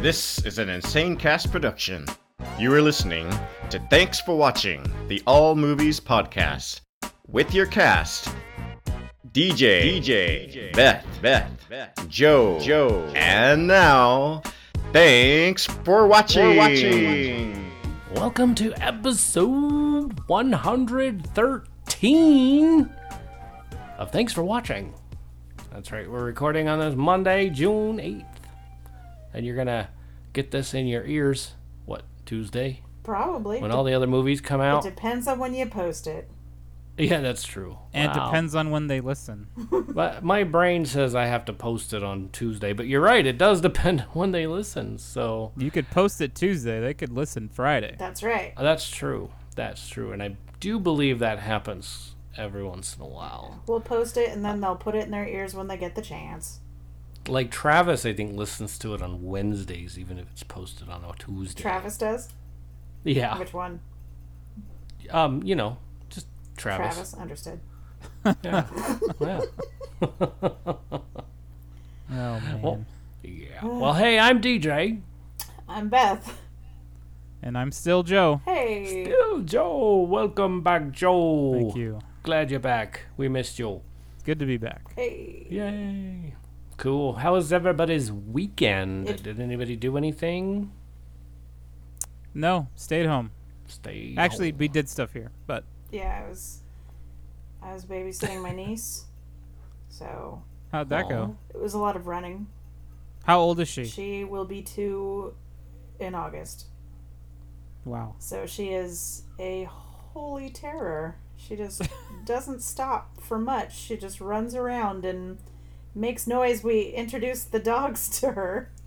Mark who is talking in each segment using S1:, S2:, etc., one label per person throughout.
S1: This is an Insane Cast production. You are listening to Thanks for Watching, the All Movies Podcast, with your cast DJ, DJ, Beth, Beth, Beth, Joe, Joe, and now, thanks for watching. watching.
S2: Welcome to episode 113 of Thanks for Watching. That's right, we're recording on this Monday, June 8th. And you're going to get this in your ears, what, Tuesday?
S3: Probably.
S2: When all the other movies come
S3: it
S2: out?
S3: depends on when you post it.
S2: Yeah, that's true.
S4: And it
S2: Wow.
S4: depends on when they listen.
S2: But my brain says I have to post it on Tuesday, but you're right, it does depend on when they listen. So
S4: You could post it Tuesday. They could listen Friday.
S3: That's right.
S2: that's true. That's true. And I do believe that happens every once in a while.
S3: We'll post it and then they'll put it in their ears when they get the chance.
S2: like Travis, I think listens to it on Wednesdays, even if it's posted on a Tuesday.
S3: Travis does?
S2: yeah,
S3: Which one?
S2: um, you know, just Travis.
S3: Travis. Understood.
S2: Yeah.
S4: Oh man.
S2: Well, yeah. Well, hey, I'm DJ.
S3: I'm Beth.
S4: and I'm still Joe.
S3: Hey.
S2: Yo, Joe, welcome back, Joe.
S4: Thank you.
S2: Glad you're back. We missed you.
S4: It's good to be back.
S3: Hey.
S2: Yay. Cool. How was everybody's weekend?
S3: It-
S2: Did anybody do anything?
S4: No, stayed home.
S2: Stay.
S4: Actually,
S2: home.
S4: we did stuff here, but
S3: Yeah, I was I was babysitting my niece. So
S4: how'd that go?
S3: it was a lot of running.
S4: How old is she?
S3: She will be two in August.
S4: Wow.
S3: So she is a holy terror. She just doesn't stop for much. She just runs around and makes noise. We introduce the dogs to her.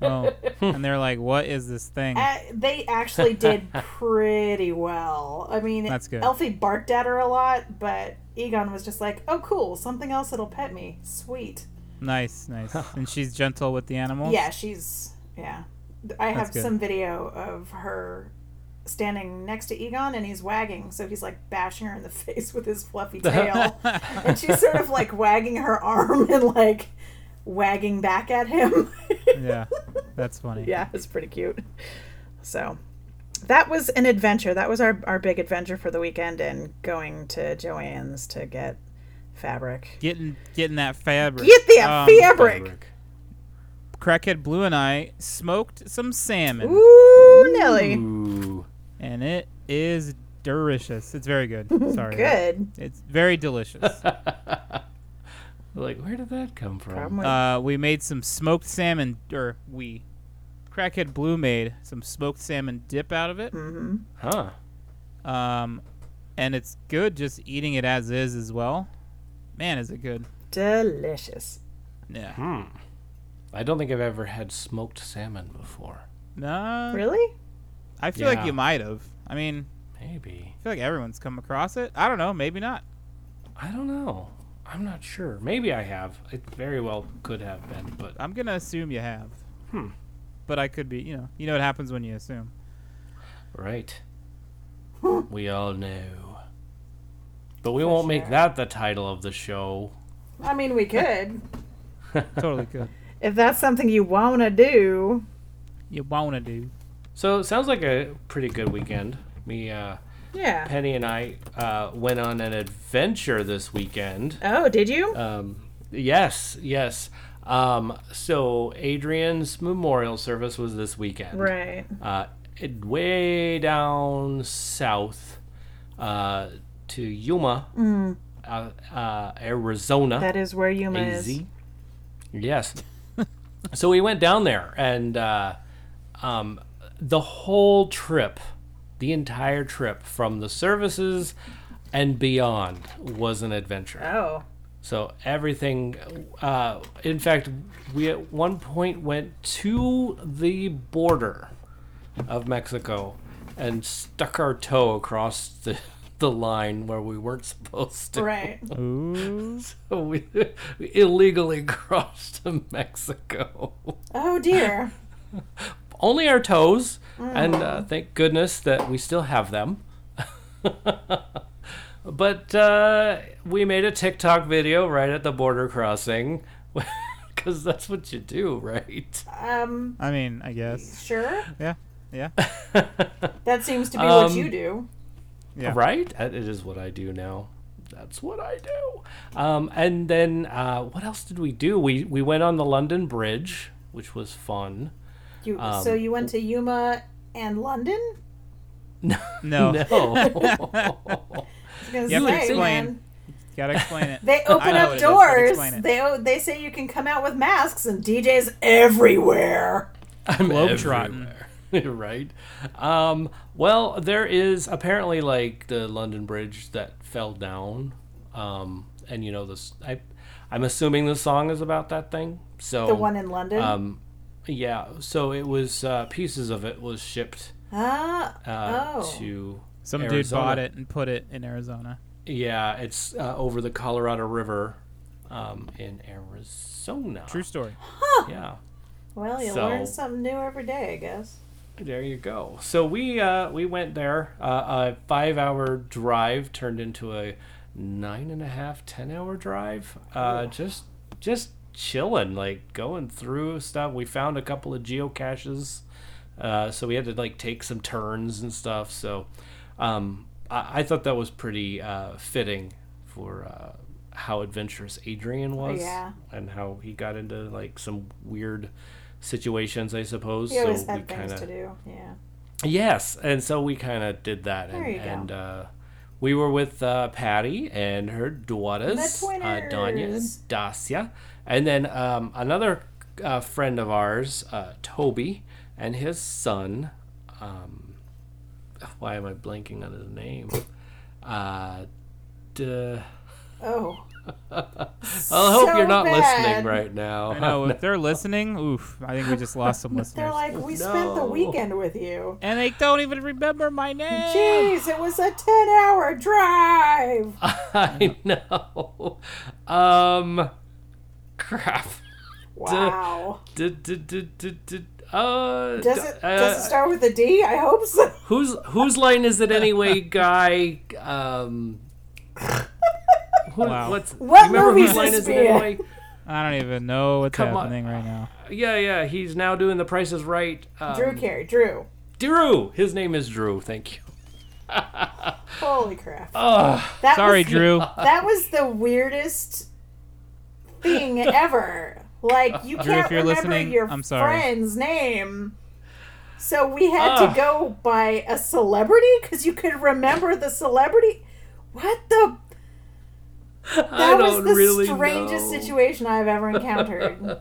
S4: Oh,
S3: Hmm.
S4: and they're like, "What is this thing?"
S3: Uh, they actually did pretty well. I mean,
S4: That's good.
S3: Elfie barked at her a lot, but Egon was just like, "Oh, cool, something else that'll pet me. Sweet."
S4: Nice, nice. And she's gentle with the animals.
S3: Yeah, she's yeah. I have
S4: Oh. good.
S3: some video of her standing next to Egon and he's wagging, so he's like bashing her in the face with his fluffy tail. and she's sort of like wagging her arm and like wagging back at him.
S4: Yeah, that's funny.
S3: yeah, it's pretty cute. So that was an adventure. That was our, our big adventure for the weekend and going to Joanne's to get fabric.
S4: Getting getting that fabric.
S3: Get that
S4: Um,
S3: fabric!
S4: Crackhead Blue and I smoked some salmon,
S3: Ooh, Nelly.
S2: Ooh.
S4: and it is delicious. It's very good. Sorry.
S3: Good.
S4: It's very delicious.
S2: Like, where did that come from?
S3: Problem with
S4: Uh, we made some smoked salmon, or we, Crackhead Blue made some smoked salmon dip out of it.
S3: Mm-hmm.
S2: Huh.
S4: Um, and it's good just eating it as is as well. Man, is it good?
S3: delicious.
S4: Yeah.
S2: I don't think I've ever had smoked salmon before.
S4: No,
S3: Really?
S4: I feel like
S2: Yeah.
S4: you might have. I mean,
S2: Maybe.
S4: I feel like everyone's come across it. I don't know. Maybe not.
S2: I don't know. I'm not sure. Maybe I have. It very well could have been, but
S4: I'm gonna assume you have. Hmm. But I could be. You know. You know what happens when you assume.
S2: right. we all know. But we won't make
S3: sure.
S2: that the title of the show.
S3: I mean, we could.
S4: Totally could.
S3: If that's something you want to do.
S4: You wanna do?
S2: So it sounds like a pretty good weekend. Me, uh,
S3: Yeah.
S2: Penny, and I uh, went on an adventure this weekend.
S3: Oh, did
S4: Uh,
S3: you?
S2: Um, yes, yes. Um, so Adrian's memorial service was this weekend.
S3: right.
S2: uh, it- way down south uh, to Yuma, uh, uh, Arizona.
S3: That is where Yuma is.
S2: AZ. Yes. so we went down there, and uh, um, the whole trip, the entire trip from the services and beyond, was an adventure.
S3: Oh.
S2: So everything, uh, in fact, we at one point went to the border of Mexico and stuck our toe across the, the line where we weren't supposed to.
S3: Right.
S4: Ooh.
S2: So we, we illegally crossed to Mexico.
S3: Oh, dear.
S2: Only our toes, and uh, thank goodness that we still have them. but uh, we made a TikTok video right at the border crossing. because that's what you do, right?
S3: Um,
S4: I mean, I guess.
S3: sure.
S4: Yeah. Yeah.
S3: That seems to be what
S2: Um,
S3: you do.
S4: Yeah.
S2: Right? That- It is what I do now. That's what I do. Um, and then uh, what else did we do? We we went on the London Bridge, which was fun.
S3: You
S4: um,
S3: so you went to Yuma and London.
S4: No.
S2: No.
S3: I was gonna
S4: You have to
S3: say,
S4: explain.
S3: man.
S4: Gotta explain it.
S3: They open
S4: know
S3: up
S4: what it is, but
S3: doors.
S4: explain it.
S3: They o- they say you can come out with masks and DJs everywhere.
S2: I'm
S4: Globetrotting.
S2: everywhere. right? Um, well, there is apparently like the London Bridge that fell down, um, and you know this. I, I'm assuming the song is about that thing. So
S4: Oh.
S3: The one in London.
S2: um, yeah. So it was uh, pieces of it was shipped
S3: ah,
S2: uh,
S3: oh.
S2: to
S4: Some dude
S2: Arizona.
S4: bought it and put it in Arizona.
S2: Yeah, it's uh, over the Colorado River, um, in Arizona.
S4: True story.
S2: Yeah.
S3: Well, you
S2: So-
S3: learn something new every day, I guess.
S2: There you go. So we uh, we went there. Uh, a five hour drive turned into a nine and a half, ten hour drive. Uh, just just chilling, like going through stuff. We found a couple of geocaches, uh, so we had to like take some turns and stuff. So um, I-, I thought that was pretty uh, fitting for uh, how adventurous Adrian was
S3: Yeah.
S2: and how he got into like some weird situations, I suppose.
S3: You always
S2: so we
S3: had things
S2: kind of
S3: to do. Yeah.
S2: Yes, and so we kind of did that, and,
S3: There you go.
S2: and uh, we were with uh, Patty and her daughters,
S3: The
S2: uh, Danya and
S3: twinners.
S2: Dacia, and then um, another uh, friend of ours, uh, Toby, and his son. Um, why am I blanking on his name? Uh, duh.
S3: Oh.
S2: I hope
S3: So
S2: you're not
S3: bad.
S2: listening right now.
S4: I know. If they're listening, oof, I think we just lost some
S3: They're
S4: listeners.
S3: like, we spent the
S2: No.
S3: weekend with you.
S4: and they don't even remember my name.
S3: Jeez, it was a 10 hour drive.
S2: I know. Um, crap.
S3: Wow.
S2: Did, did, did, did, did, uh,
S3: Does
S2: d-
S3: it,
S2: uh,
S3: does it start with a D? I hope so.
S4: um,
S2: whose whose line is it anyway, guy? Um, who,
S4: Wow.
S2: what's,
S3: What
S2: remember
S3: movie
S2: whose
S3: is
S2: line
S3: this
S2: is it
S3: being?
S2: anyway?
S4: I don't even know what's
S2: Come on.
S4: happening right now.
S2: Yeah, yeah. He's now doing The Price is Right. Um,
S3: Drew Carey, Drew.
S2: Drew. His name is Drew. Thank you.
S3: Holy crap. that
S4: Oh, Sorry,
S3: was,
S4: Drew.
S3: That was the weirdest thing ever. Like, you
S4: Drew,
S3: can't
S4: if you're
S3: remember
S4: listening,
S3: your
S4: I'm sorry.
S3: friend's name. So we had
S2: Ugh.
S3: to go by a celebrity because you could remember the celebrity. What the?
S2: I
S3: That was
S2: don't
S3: the
S2: really
S3: strangest
S2: know.
S3: situation I've ever encountered.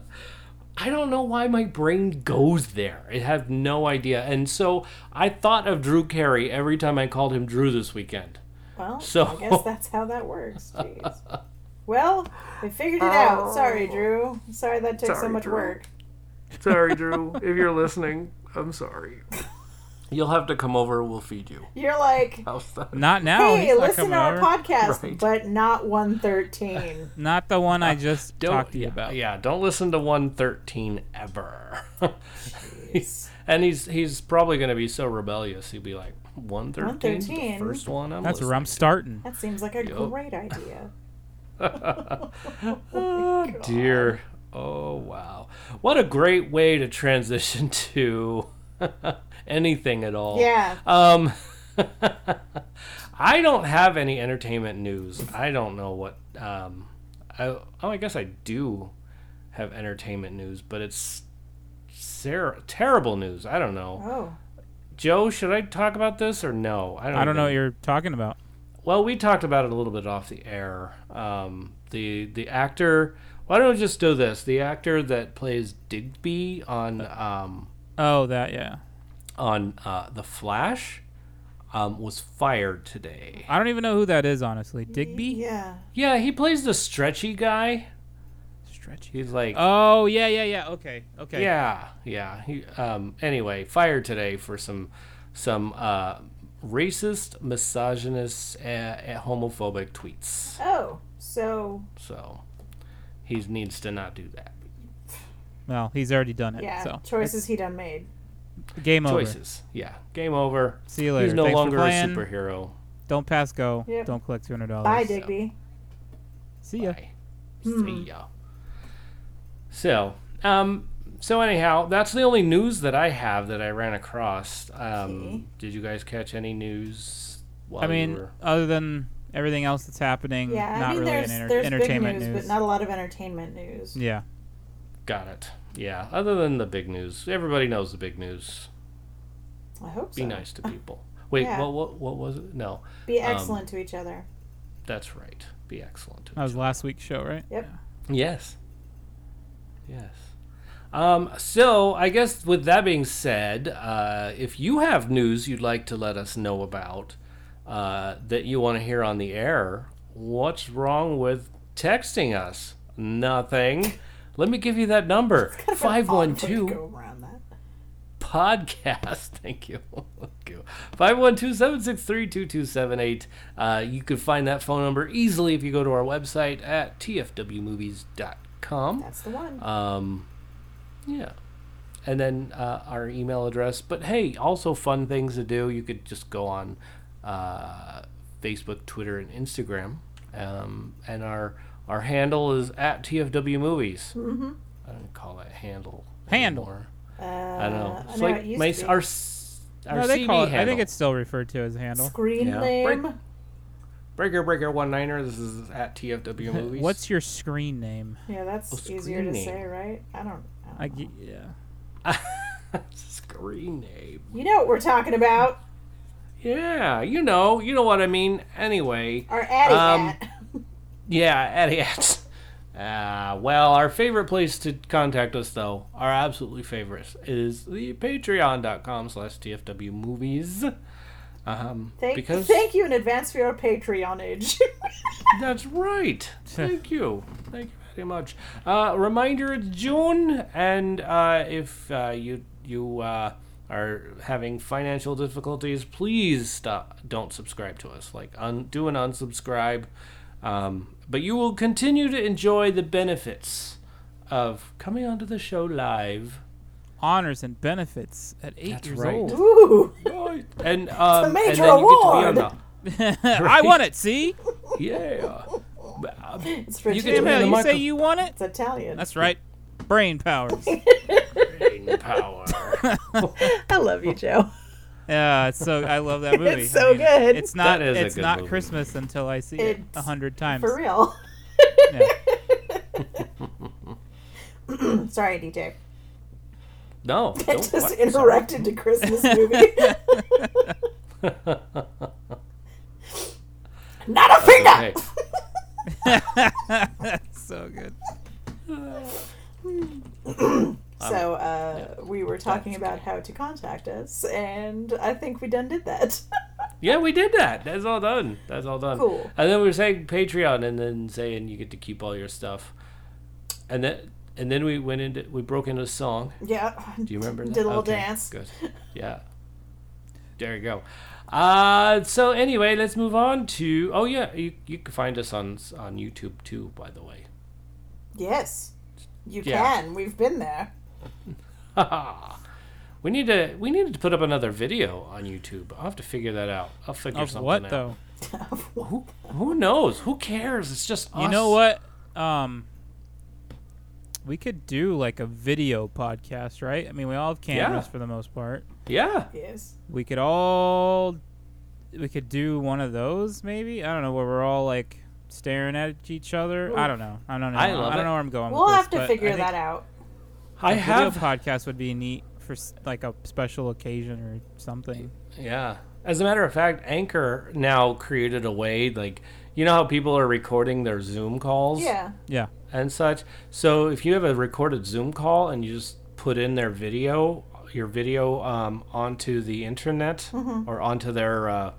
S2: I don't know why my brain goes there. I have no idea. And so I thought of Drew Carey every time I called him Drew this weekend.
S3: Well,
S2: So-
S3: I guess that's how that works. Jeez. Well, we figured it out. Sorry,
S4: Oh.
S3: Drew. Sorry that took so
S2: Sorry,
S3: much
S2: Drew.
S3: work.
S2: Sorry, Drew. if you're listening, I'm sorry. You'll have to come over. We'll feed you.
S3: You're like,
S2: How's that?
S4: Not now.
S3: hey,
S4: Oh, He's not
S3: listen
S4: coming
S3: to our
S4: over.
S3: podcast,
S2: Right.
S3: but not 113.
S4: Not the one I just
S2: Uh, Don't,
S4: talked to you
S2: yeah,
S4: about.
S2: Yeah, don't listen to 113 ever. He's- and he's he's probably going to be so rebellious. He'll be like 113, 's the
S3: 113?
S2: first one. I'm
S4: That's where
S2: listening.
S4: I'm starting.
S3: That seems like a
S2: Yup.
S3: great idea.
S2: Oh, dear. Oh, wow. What a great way to transition to anything at
S4: Oh.
S2: all.
S3: Yeah.
S4: Uh,
S2: Um, I don't have any entertainment news. I don't know what. Um, I, oh, I guess I do have entertainment news, but it's ser- terrible news. I don't know.
S3: Oh,
S2: Joe, should I talk about this or no? I don't.
S4: I don't
S2: even-
S4: know what you're talking about.
S2: well, we talked about it a little bit off the air. Um, the the actor. Why don't we just do this? The actor that plays Digby on um,
S4: Oh, that yeah.
S2: on uh, the Flash um, was fired today.
S4: I don't even know who that is, honestly. Digby?
S3: yeah.
S2: Yeah, he plays the stretchy guy.
S4: Stretchy.
S2: He's like,
S4: Oh yeah, yeah, yeah. Okay, okay.
S2: yeah, yeah. He, um, anyway, fired today for some some uh, racist, misogynist, uh, uh, homophobic tweets.
S3: Oh, so
S2: So he needs to not do that.
S4: Well, he's already done it.
S3: yeah,
S4: So
S3: choices he done made.
S4: game over.
S2: Choices. Yeah. Game over.
S4: See you later.
S2: He's no
S4: Thanks for
S2: longer a
S4: playing.
S2: superhero.
S4: Don't pass go.
S3: Yep.
S4: Don't collect two hundred dollars.
S3: Bye, Digby.
S4: See ya.
S2: Bye.
S3: Hmm.
S2: See ya. So, um, so anyhow, that's the only news that I have that I ran across. Um,
S3: Okay.
S2: Did you guys catch any news? While
S4: I
S2: you
S4: mean,
S2: were-
S4: other than everything else that's happening,
S3: Yeah,
S4: mm,
S3: I
S4: not
S3: mean,
S4: really
S3: there's,
S4: an enter-
S3: there's big
S4: entertainment
S3: news, but not a lot of entertainment news.
S4: yeah.
S2: got it. Yeah. Other than the big news, everybody knows the big news.
S3: I hope so. uh,
S2: Be nice to people. Wait,
S3: Yeah.
S2: what, what? What was it? No,
S3: Be
S2: Um,
S3: excellent to each other.
S2: that's right. Be excellent. to
S4: That was last week's show, right?
S3: Yep.
S2: Yes. Yes. Um, so I guess with that being said, uh, if you have news you'd like to let us know about uh, that you want to hear on the air, what's wrong with texting us? Nothing. Let me give you that number
S3: Awkward to
S2: 512
S3: Go around that.
S2: podcast. Thank you. Thank you. 512 763 2278. Uh, You can find that phone number easily if you go to our website at tfwmovies.com.
S3: That's the one.
S2: Um, yeah. And then uh, our email address. But hey, also fun things to do. You could just go on uh, Facebook, Twitter, and Instagram. Um, and our our handle is at TFW Movies. Mm-hmm. I don't call that handle.
S4: Handle.
S2: anymore.
S3: uh,
S2: I don't know. It's
S3: know
S2: like
S3: it used
S2: my
S3: to be.
S2: our s- our
S4: No, they
S2: CV
S4: call it.
S2: handle.
S4: I think it's still referred to as a handle.
S3: screen
S2: Yeah.
S3: name.
S2: Break- Breaker Breaker One Niner. This is at TFW Movies.
S4: What's your screen name?
S3: Yeah, that's
S2: Oh, screen
S3: easier to
S2: name.
S3: say, right? I don't. I don't
S4: I
S3: know.
S4: g- yeah.
S2: screen name?
S3: You know what we're talking about.
S2: Yeah, you know, you know what I mean. Anyway,
S3: Our Addy
S2: Um,
S3: hat.
S2: Yeah, Eddie Atz. Uh, well, our favorite place to contact us, though, our absolutely favorite, is the patreon.com slash TFW movies. Um,
S3: Thank,
S2: because
S3: thank you in advance for your Patreonage.
S2: that's right. Thank you. Thank you very much. Uh, reminder: It's June, and uh, if uh, you you uh, are having financial difficulties, please stop. Don't subscribe to us. Like un- do an unsubscribe. Um, but you will continue to enjoy the benefits of coming onto the show live.
S4: Honors and benefits at eight
S2: That's
S4: years
S2: right.
S4: old.
S3: Ooh,
S2: And um, and
S3: major
S2: then you get to
S3: award.
S2: be on
S4: I want it. See,
S2: the yeah. Uh,
S3: it's for
S2: You
S3: you
S2: get to be on
S4: Email,
S2: the
S4: you
S2: micro-
S4: say you want it.
S3: It's Italian.
S4: That's right. Brain powers.
S2: brain power.
S3: I love you, Joe.
S4: Yeah, it's so I love that movie.
S3: It's
S4: I
S3: so
S4: mean,
S3: good.
S4: It's not.
S2: That is a
S4: it's
S2: good
S4: not
S2: movie.
S4: Christmas until I see it a
S3: It's-
S4: hundred times.
S3: For real.
S4: Yeah.
S3: Sorry, DJ.
S2: No,
S3: I
S2: don't-
S3: just
S2: what? Sorry.
S3: interrupted the Christmas movie. Not a finger.
S2: Okay.
S4: That's so good.
S3: So uh, we were talking about how to contact us, and I think we done did that.
S2: Yeah, we did that. That's all done. That's all done.
S3: Cool.
S2: And then we were saying Patreon, and then saying you get to keep all your stuff, and then and then we went into we broke into a song.
S3: yeah.
S2: Do you remember?
S3: Did
S2: that?
S3: a little
S2: Okay,
S3: dance.
S2: Good. Yeah. There you go. Uh, so anyway, let's move on to. Oh yeah, you, you can find us on on YouTube too. By the way.
S3: Yes, you
S2: Yeah.
S3: can. We've been there.
S2: We need to we needed to put up another video on YouTube. I'll have to figure that out. I'll figure
S4: Of
S2: something
S4: what
S2: out.
S4: though?
S2: Who who knows? Who cares? It's just
S4: You
S2: us.
S4: know what? Um, we could do like a video podcast, right? I mean, we all have cameras
S2: Yeah.
S4: for the most part.
S2: Yeah.
S3: yes.
S4: We could all, we could do one of those maybe. I don't know where we're all like staring at each other. I don't know. I don't know.
S2: I
S4: I,
S2: love
S4: don't
S2: it.
S4: know where I'm going.
S3: We'll
S4: with
S3: have
S4: this,
S3: to
S4: but I
S3: figure
S4: think
S3: that out.
S2: I
S4: a
S2: have
S4: video podcast would be neat for s- like a special occasion or something.
S2: Yeah. As a matter of fact, Anchor now created a way like you know how people are recording their Zoom calls
S3: Yeah.
S4: Yeah.
S2: and such. So if you have a recorded Zoom call and you just put in their video, your video um, onto the internet
S3: Mm-hmm.
S2: or onto their uh,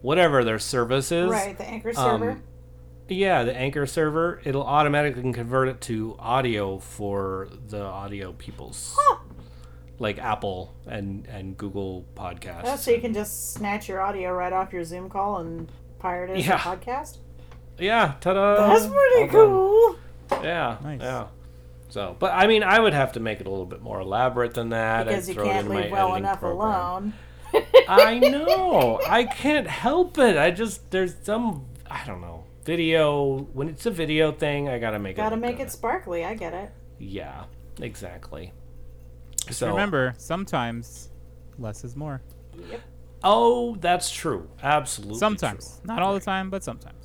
S2: whatever their service is,
S3: Right. The anchor server.
S2: yeah, the Anchor server, it'll automatically convert it to audio for the audio people's like Apple and and Google podcasts.
S3: oh, so you can just snatch your audio right off your Zoom call and pirate it
S2: Yeah.
S3: as a podcast.
S2: Yeah, ta-da!
S3: That's pretty
S2: All done.
S3: cool.
S2: Yeah,
S4: Nice.
S2: yeah. So, but I mean, I would have to make it a little bit more elaborate than that.
S3: Because
S2: I'd
S3: you
S2: throw it
S3: can't
S2: in my
S3: leave well
S2: editing
S3: enough
S2: program.
S3: alone.
S2: I know. I can't help it. I just there's some I don't know video. When it's a video thing, I gotta make it.
S3: Gotta
S2: look
S3: make
S2: good.
S3: it sparkly. I get it.
S2: Yeah, exactly.
S4: So remember, sometimes less is more.
S2: Oh, that's true. Absolutely.
S4: Sometimes,
S2: true.
S4: not all the time, but sometimes.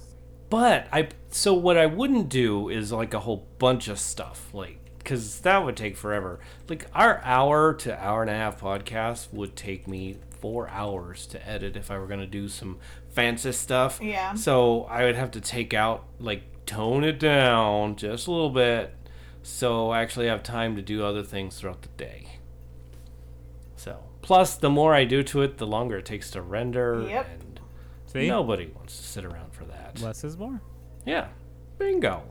S2: But I so what I wouldn't do is like a whole bunch of stuff like cuz that would take forever. Like our hour to hour and a half podcast would take me 4 hours to edit if I were going to do some fancy stuff.
S3: Yeah.
S2: So I would have to take out like tone it down just a little bit so I actually have time to do other things throughout the day. So, plus the more I do to it, the longer it takes to render
S3: Yep.
S2: and
S4: See,
S2: Nobody wants to sit around for that.
S4: less is more.
S2: Yeah. Bingo.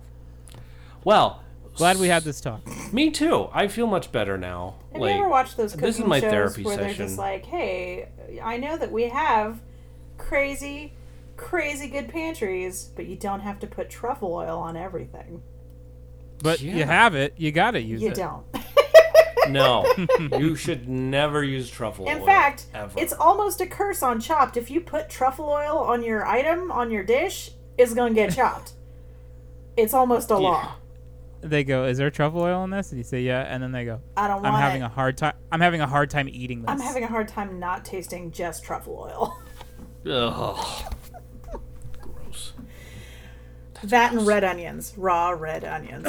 S2: Well,
S4: Glad we had this talk.
S2: me too. I feel much better now.
S3: Have you ever watched those cooking
S2: this is my
S3: shows
S2: therapy
S3: where
S2: session.
S3: they're just like, "Hey, I know that we have crazy, crazy good pantries, but you don't have to put truffle oil on everything.
S4: But you
S2: Yeah.
S4: have it. You gotta use
S3: you
S4: it.
S3: don't.
S2: no, you should never use truffle
S3: In
S2: oil.
S3: fact,
S2: ever.
S3: it's almost a curse on Chopped. If you put truffle oil on your item on your dish, it's gonna get chopped. it's almost a law.
S4: They go, "Is there truffle oil in this?" And you say, "Yeah," and then they go,
S3: I don't
S4: "I'm
S3: want
S4: having
S3: it.
S4: a hard time. I'm having a hard time eating this."
S3: I'm having a hard time not tasting just truffle oil.
S2: Ugh. gross.
S3: that and red onions, raw red onions.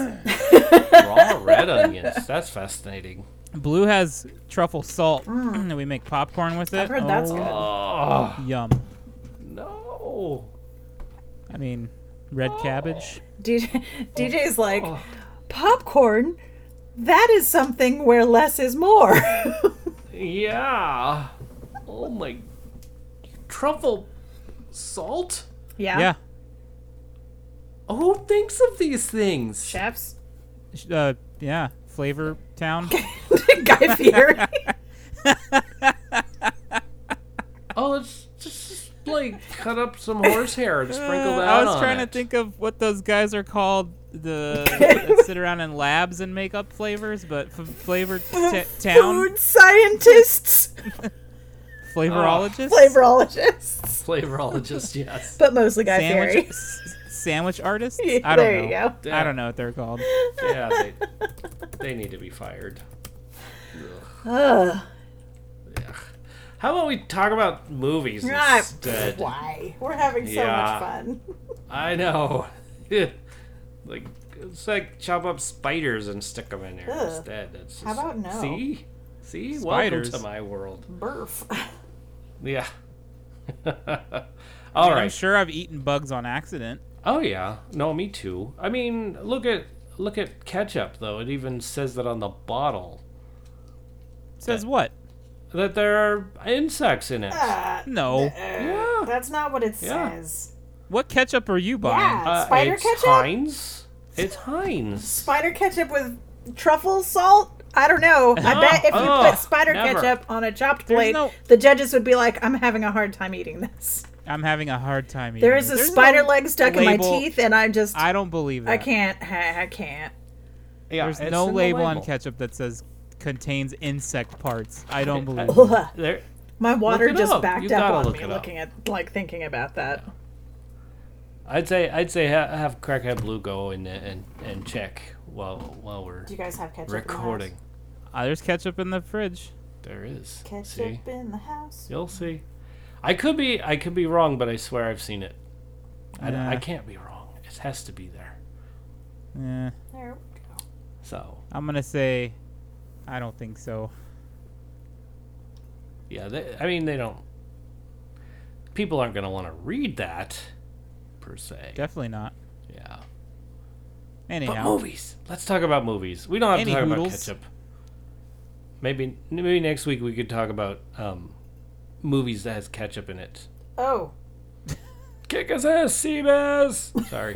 S2: Raw red onions. That's fascinating.
S4: Blue has truffle salt. and we make popcorn with it.
S3: Mm. I've heard that's good.
S2: Oh
S4: Yum.
S2: no.
S4: I mean, red
S3: Oh,
S4: cabbage.
S3: DJ, DJ's like, popcorn. That is something where less is more.
S2: Yeah. Oh my. Truffle salt.
S3: yeah.
S4: Yeah.
S2: Who thinks of these things?
S3: Chefs.
S4: Sh- Uh, yeah. Flavor Town.
S3: Guy Fieri.
S2: Oh, it's just, just, like cut up some horsehair and sprinkle
S4: Uh,
S2: that
S4: I was
S2: on
S4: trying
S2: it.
S4: to think of what those guys are called. The that sit around in labs and make up flavors, but f- flavor t- town
S3: Food scientists,
S4: flavorologists,
S3: Oh, flavorologists,
S2: Flavorologist, yes.
S3: but mostly Guy
S4: sandwich
S3: Fieri.
S4: s- sandwich artists.
S3: Yeah,
S4: I don't
S3: there you
S4: know.
S3: go.
S4: I don't know what they're called.
S2: Yeah, they, they need to be fired.
S3: Ugh.
S2: Ugh. How about we talk about movies
S3: Ah,
S2: instead?
S3: Why? We're having so
S2: Yeah.
S3: much fun.
S2: I know. like, it's like chop up spiders and stick them in there
S3: Ugh.
S2: instead. It's just,
S3: How about no?
S2: See, see,
S4: Spiders.
S2: welcome to my world.
S3: Burf.
S2: Yeah. All
S4: I'm
S2: right.
S4: sure I've eaten bugs on accident.
S2: Oh yeah, no, me too. I mean, look at look at ketchup though. It even says that on the bottle
S4: Says what?
S2: that there are insects in it.
S3: Uh,
S4: No.
S2: Yeah.
S3: That's not what it
S2: Yeah.
S3: says.
S4: What ketchup are you buying?
S3: Yeah.
S2: Uh,
S3: Spider
S2: it's
S3: ketchup?
S2: Heinz. It's Heinz.
S3: Spider ketchup with truffle salt? I don't know. I bet if you
S2: Ugh,
S3: put spider
S2: Oh, never.
S3: ketchup on a chopped
S4: There's
S3: plate,
S4: no-
S3: the judges would be like, I'm having a hard time eating this.
S4: I'm having a hard time eating.
S3: There is
S4: it.
S3: a
S4: There's
S3: spider
S4: no
S3: leg stuck in my
S4: label.
S3: teeth, and I'm just. I,
S4: I don't believe that.
S3: can't. I, I can't.
S2: Yeah,
S4: There's
S2: it's
S4: no
S2: in the
S4: label, on ketchup that says contains insect parts. I don't believe. it.
S3: Ugh.
S2: There,
S3: My water
S2: it
S3: just
S2: up.
S3: backed
S2: You
S3: up
S2: gotta
S3: on
S2: look
S3: me
S2: it up.
S3: looking at, like, thinking about that.
S2: I'd say I'd say ha- have crackhead blue go and and and check while while we're
S3: Do you guys have ketchup?
S2: recording.
S4: Ah, there's ketchup in the fridge.
S2: There is.
S3: In the house?
S2: See,
S3: Ketchup in the house.
S2: you'll see. I could be I could be wrong, but I swear I've seen it. I, I
S4: Yeah.
S2: can't be wrong. It has to be there.
S4: Eh,
S3: There we go.
S2: So
S4: I'm gonna say, I don't think so.
S2: Yeah, they, I mean, they don't. People aren't going to want to read that, per se.
S4: Definitely not.
S2: Yeah. But
S4: Anyhow,
S2: movies. Let's talk about movies. We don't have
S4: Any
S2: to talk about
S4: hoodles?
S2: ketchup. Maybe maybe next week we could talk about um, movies that has ketchup in it.
S3: Oh.
S2: Kick his ass, Seabass! Sorry.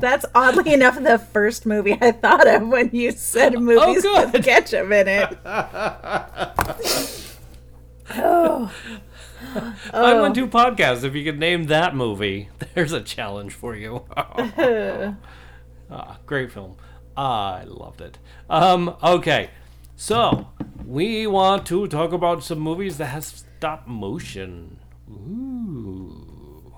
S3: That's oddly enough the first movie I thought of when you said movies
S2: good.
S3: with ketchup in it. oh,
S2: I want to podcasts. If you could name that movie, there's a challenge for you. Ah, great film. I loved it. Um, okay, so we want to talk about some movies that has stop motion. Ooh.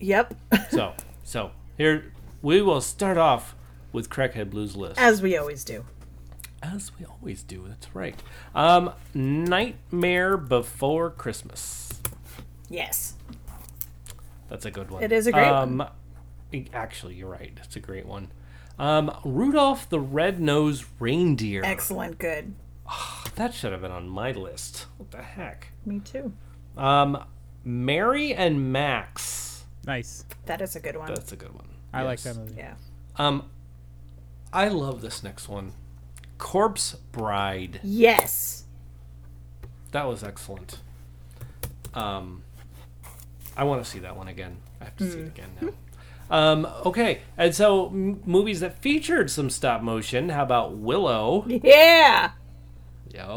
S3: yep.
S2: So, so here, we will start off with Crackhead Blues List.
S3: As we always do.
S2: As we always do, that's right. Um, Nightmare Before Christmas.
S3: Yes.
S2: That's a good one.
S3: It is a great
S2: um, one. Actually, you're right. It's a great one. Um, Rudolph the Red-Nosed Reindeer.
S3: Excellent. Good.
S2: That should have been on my list. What the heck?
S3: Me too.
S2: Um, Mary and Max.
S4: Nice.
S3: That is a good one.
S2: That's a good one.
S4: I like
S2: Yes.
S4: that movie.
S3: yeah.
S2: Um, I love this next one. Corpse Bride.
S3: Yes.
S2: That was excellent. Um, I want to see that one again. I have to
S3: Hmm.
S2: see it again now. Um, okay, and so m- movies that featured some stop motion. How about Willow?
S3: Yeah.
S2: Yep.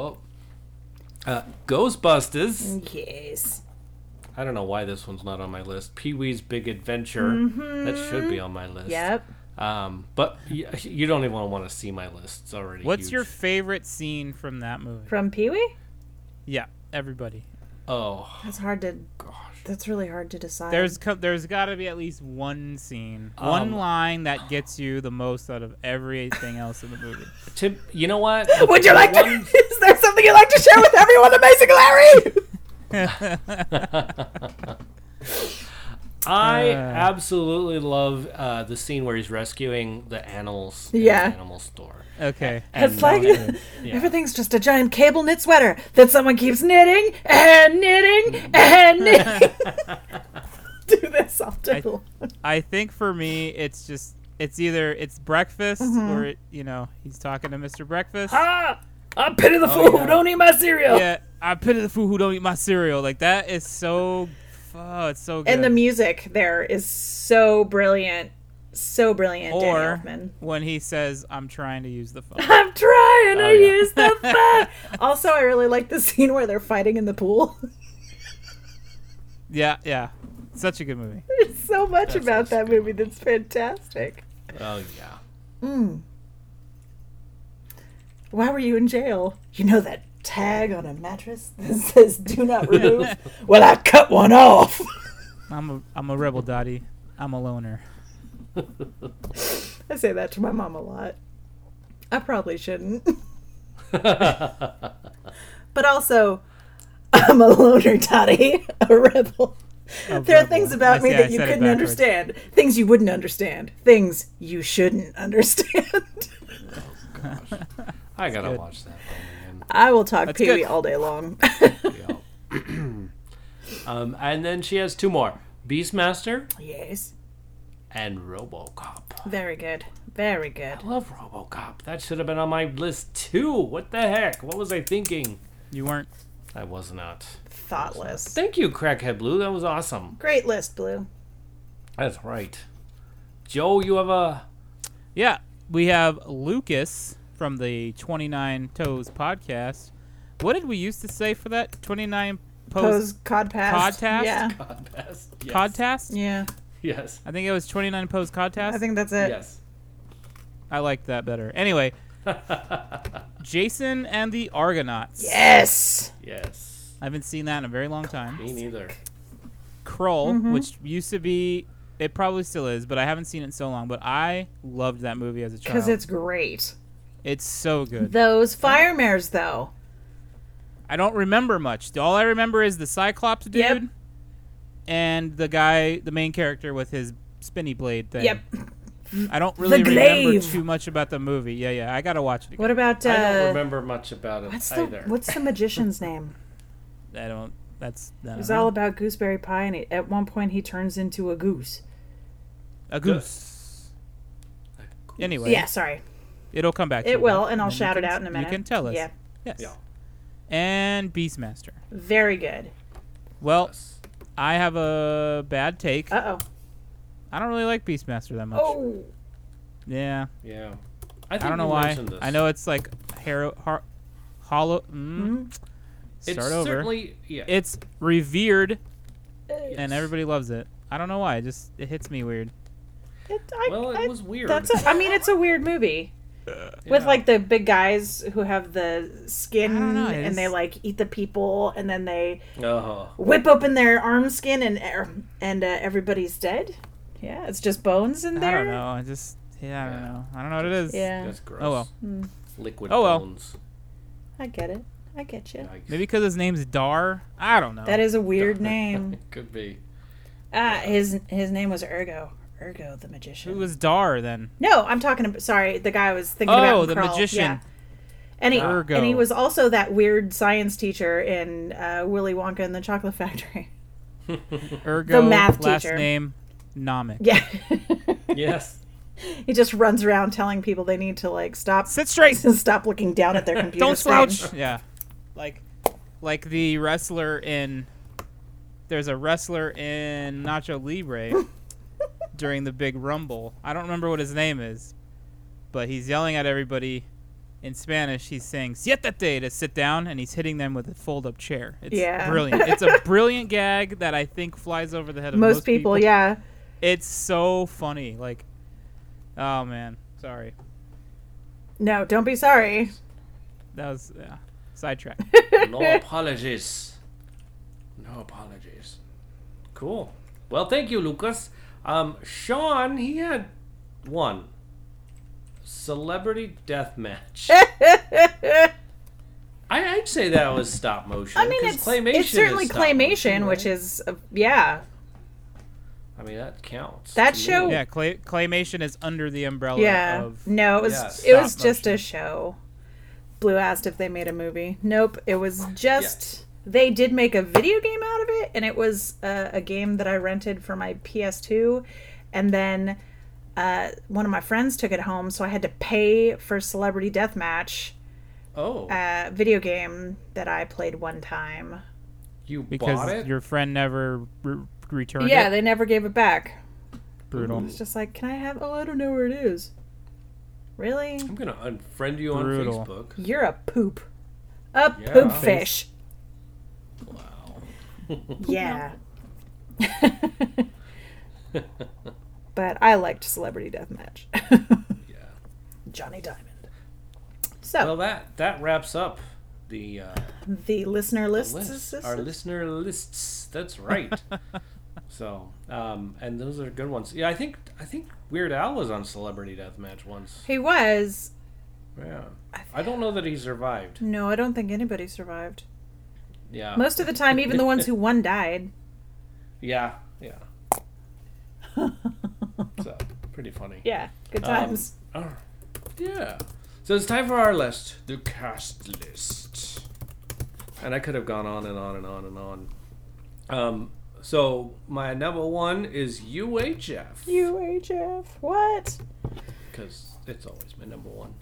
S2: Uh, Ghostbusters.
S3: Yes.
S2: I don't know why this one's not on my list. Pee Wee's Big Adventure. That should be on my list.
S3: Mm-hmm. Yep.
S2: Um, but y- you don't even want to see my list. It's already.
S4: What's
S2: huge.
S4: your favorite scene from that movie?
S3: From Pee Wee?
S4: Yeah, everybody.
S2: oh
S3: That's hard to. Gosh. That's really hard to decide.
S4: There's co- there's got to be at least one scene,
S2: Um,
S4: one line that gets you the most out of everything else in the movie.
S2: Tim? You know what?
S3: Would you like to? Is there something you'd like to share with everyone, Amazing Larry?
S2: I
S4: Uh.
S2: absolutely love uh, the scene where he's rescuing the animals. in
S3: Yeah.
S2: the animal store.
S4: Okay.
S3: It's like
S2: Yeah.
S3: everything's just a giant cable knit sweater that someone keeps knitting and knitting and knitting. Do this all day long.
S4: I think for me, it's just it's either it's breakfast
S3: Mm-hmm.
S4: or it, you know he's talking to Mr. Breakfast.
S3: Ah, I'm pity the
S2: fool who don't
S3: eat my cereal.
S4: Yeah, I pity the fool who don't eat my cereal. Like that is so, oh, it's so good.
S3: And the music there is so brilliant, so brilliant,
S4: or
S3: Danny Elfman.
S4: when he says, "I'm trying to use the phone."
S3: I'm trying to
S2: Oh, yeah.
S3: use the phone. also, I really like the scene where they're fighting in the pool.
S4: yeah, yeah, such a good movie.
S3: There's so much about
S2: also a
S3: that
S2: good
S3: movie that's fantastic.
S2: Oh yeah.
S3: Why were you in jail? You know that tag on a mattress that says "Do not remove." well, I cut one off.
S4: I'm a I'm a rebel, Dottie. I'm a loner.
S3: I say that to my mom a lot. I probably shouldn't, but also, I'm a loner, Toddy, a rebel. there are
S4: rebel.
S3: things about
S4: I
S3: me
S4: see,
S3: that
S4: I
S3: you
S4: said it
S3: couldn't
S4: backwards.
S3: understand, things you wouldn't understand, things you shouldn't understand.
S2: I gotta watch that film
S3: I will talk Pee Wee
S4: good.
S3: all day long.
S2: again. Yeah. um, and then she has two more: Beastmaster
S3: yes,
S2: and RoboCop.
S3: very good, very good.
S2: I love RoboCop. That should have been on my list too. What the heck? What was I thinking?
S4: You weren't.
S2: I was not.
S3: Thoughtless.
S2: Thank you, Crackhead Blue. That was awesome.
S3: Great list, Blue.
S2: That's right. Joe, you have a
S4: Yeah, we have Lucas from the 29 Toes podcast. What did we used to say for that? 29
S3: Pose
S4: Pose
S3: cod pass.
S4: Codcast?
S3: Yeah.
S2: podcast. Yes.
S4: podcast?
S3: Yeah.
S2: Yes.
S4: I think it was 29 Pose podcast.
S3: I think that's it.
S2: Yes.
S4: I like that better. Anyway, Jason and the Argonauts.
S3: Yes.
S2: Yes.
S4: I haven't seen that in a very long time.
S2: Me neither.
S4: Kroll,
S3: Mm-hmm.
S4: which used to be, it probably still is, but I haven't seen it in so long. But I loved that movie as a child.
S3: Because it's great.
S4: it's so good.
S3: Those fire mares, though.
S4: I don't remember much. All I remember is the Cyclops dude
S3: Yep.
S4: and the guy, the main character with his spinny blade thing.
S3: Yep.
S4: I don't really remember
S3: glaive.
S4: too much about the movie. Yeah, yeah. I gotta watch it. Again.
S3: What about? Uh,
S2: I don't remember much about it
S3: What's the
S2: either.
S3: What's the magician's name?
S4: I don't. That's that.
S3: It's all about gooseberry pie, and he, at one point he turns into a goose.
S4: a goose. Anyway,
S3: Yeah, sorry,
S4: it'll come back. to
S3: it
S4: you,
S3: will,
S4: Beth,
S3: and I'll
S4: then you
S3: shout it
S4: can-
S3: out in a minute.
S4: You can tell us.
S3: Yeah,
S4: Yes.
S2: Yeah.
S4: And Beastmaster.
S3: very good.
S4: Well, I have a bad take.
S3: Uh oh.
S4: I don't really like Beastmaster that much.
S3: Oh,
S4: Yeah.
S2: Yeah.
S4: I
S2: think
S4: don't know
S2: you
S4: why.
S2: mentioned this.
S4: I know it's like hero, har, hollow.
S3: Mm-hmm.
S4: Mm,
S2: it's
S4: Start over.
S2: certainly yeah.
S4: it's revered
S2: yes.
S4: and everybody loves it. I don't know why. It just it hits me weird.
S3: it, I,
S2: Well, it
S3: I-
S2: was weird.
S3: That's. A, I mean, it's a weird movie. With
S2: Yeah.
S3: like the big guys who have the
S4: I
S3: skin
S4: don't know, it
S3: and they
S4: is-
S3: like eat the people and then they
S2: Oh,
S3: whip open their arm skin and and uh, er, everybody's dead. Yeah, it's just bones in
S4: I
S3: there.
S4: don't know. I just yeah, I don't
S2: Yeah.
S4: know. I don't know what it is.
S3: Yeah,
S2: That's gross.
S4: Oh, well.
S3: Mm,
S2: Liquid
S4: Oh, well.
S2: bones.
S3: I get it. I get you.
S2: Yikes.
S4: Maybe because his name's Dar. I don't know.
S3: That is a weird name.
S2: Could be.
S3: Ah, his his name was Ergo. Ergo the magician.
S4: Who was Dar then?
S3: No, I'm talking about. Sorry, the guy I was thinking about.
S4: Oh,
S3: in
S4: the
S3: Crawl.
S4: magician.
S3: Yeah. And he,
S4: Ergo.
S3: and he was also that weird science teacher in uh, Willy Wonka and the Chocolate Factory.
S4: Ergo.
S3: math
S4: last
S3: teacher.
S4: name Namek.
S3: Yeah.
S2: Yes.
S3: he just runs around telling people they need to like stop
S4: Sit straight.
S3: stop looking down at their computer.
S4: Don't
S3: screen.
S4: slouch. yeah. Like like the wrestler in there's a wrestler in Nacho Libre during the big rumble. I don't remember what his name is, but he's yelling at everybody in Spanish. He's saying "siéntate" to sit down, and he's hitting them with a fold-up chair. It's
S3: Yeah.
S4: brilliant. It's a brilliant gag that I think flies over the head of most,
S3: Most people, yeah.
S4: It's so funny. Like, oh man, sorry.
S3: No, don't be sorry.
S4: That was yeah. sidetrack.
S2: No apologies. No apologies. Cool. Well, thank you, Lucas. Um, Sean, he had one celebrity death match. I, I'd say that was stop motion.
S3: I mean,
S2: 'cause
S3: it's
S2: claymation.
S3: it's certainly
S2: is stop motion,
S3: claymation, which
S2: right?
S3: is uh, yeah.
S2: I mean, that counts.
S3: That
S2: to me.
S3: show-
S4: Yeah, clay- claymation is under the umbrella
S3: Oh. Yeah.
S4: of
S3: no, it was
S2: Yeah,
S3: it was
S4: stop
S3: just a
S4: motion.
S3: show. Blue asked if they made a movie. Nope, it was just they did make a video game out of it, and it was uh, a game that I rented for my PS2, and then uh, one of my friends took it home, so I had to pay for Celebrity Deathmatch,
S2: Oh,
S3: uh, video game that I played one time.
S2: you bought
S4: because
S2: it?
S4: your friend never re- returned
S3: Yeah,
S4: it.
S3: they never gave it back.
S4: Brutal.
S3: It's just like, can I have? Oh, I don't know where it is. Really?
S2: I'm gonna unfriend you on
S4: Brutal.
S2: Facebook.
S3: You're a poop. A
S2: Yeah.
S3: poop fish.
S2: Wow.
S3: Yeah. but I liked Celebrity Deathmatch.
S2: Yeah.
S3: Johnny Diamond. So,
S2: Well, that that wraps up the uh,
S3: the listener lists.
S2: lists, our listener lists. That's right. so, um, and those are good ones. Yeah, I think I think Weird Al was on Celebrity Deathmatch once.
S3: he was.
S2: Yeah, I don't know that he survived.
S3: No, I don't think anybody survived.
S2: Yeah,
S3: Most of the time, even the ones who won died.
S2: yeah, yeah. So pretty funny.
S3: yeah, good times.
S2: Oh, yeah. So it's time for our list, the cast list. And I could have gone on and on and on and on. Um, so my number one is UHF
S3: UHF. What?
S2: because it's always my number one.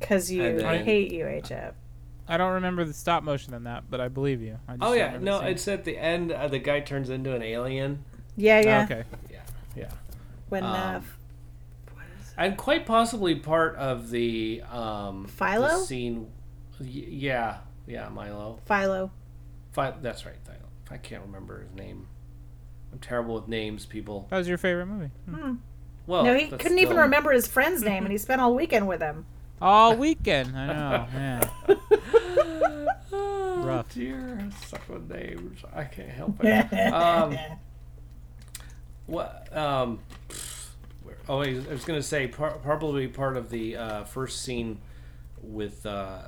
S3: Because you
S2: And then-
S3: hate UHF.
S4: I don't remember the stop motion on that, but I believe you. I just
S2: Oh
S4: don't
S2: yeah,
S4: remember
S2: no,
S4: seeing it.
S2: it's at the end. Uh, the guy turns into an alien.
S3: Yeah, yeah.
S4: Oh, okay.
S2: Yeah, yeah,
S3: When uh,
S2: Um, and quite possibly part of the um, the
S3: Philo?
S2: scene. Y- yeah, yeah, Milo.
S3: Philo.
S2: Phi- that's right. Philo. I can't remember his name. I'm terrible with names, people.
S4: That was your favorite movie.
S2: Well,
S3: no, he
S2: oh, that's
S3: couldn't even
S2: still-
S3: remember his friend's name, and he spent all weekend with him.
S4: All weekend. I know. Yeah.
S2: Oh,
S4: Rough.
S2: dear, I suck with names. I can't help it. um, what? Um, pfft, where- oh, I was, I was gonna say par- probably part of the uh, first scene with uh,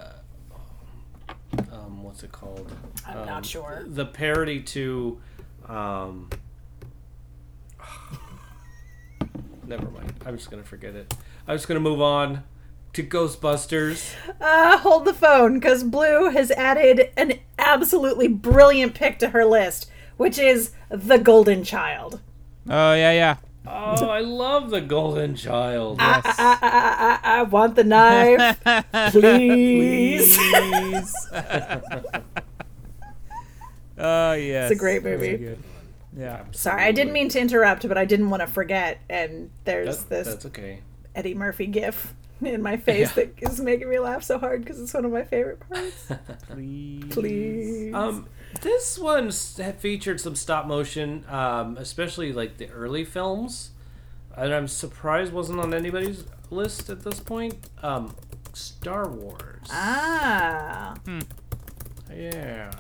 S2: um, what's it called?
S3: I'm
S2: Um,
S3: not sure.
S2: The parody to, um, never mind. I'm just gonna forget it. I'm just gonna move on to Ghostbusters.
S3: Uh, hold the phone, because Blue has added an absolutely brilliant pick to her list, which is The Golden Child.
S4: Oh yeah, yeah.
S2: Oh, I love the Golden Child.
S3: I, I, I, I- I want the knife, please.
S4: Please. Oh yes.
S3: It's a great
S4: Those are
S3: movie.
S4: good. Yeah.
S3: Sorry, I didn't mean to interrupt, but I didn't want to forget. And there's
S2: That,
S3: this
S2: that's okay.
S3: Eddie Murphy gif in my face
S2: Yeah.
S3: that is making me laugh so hard because it's one of my favorite parts.
S4: Please.
S3: Please.
S2: Um, this one s- featured some stop motion, um, especially like the early films, and I'm surprised wasn't on anybody's list at this point. Um, Star Wars.
S3: ah.
S2: Yes.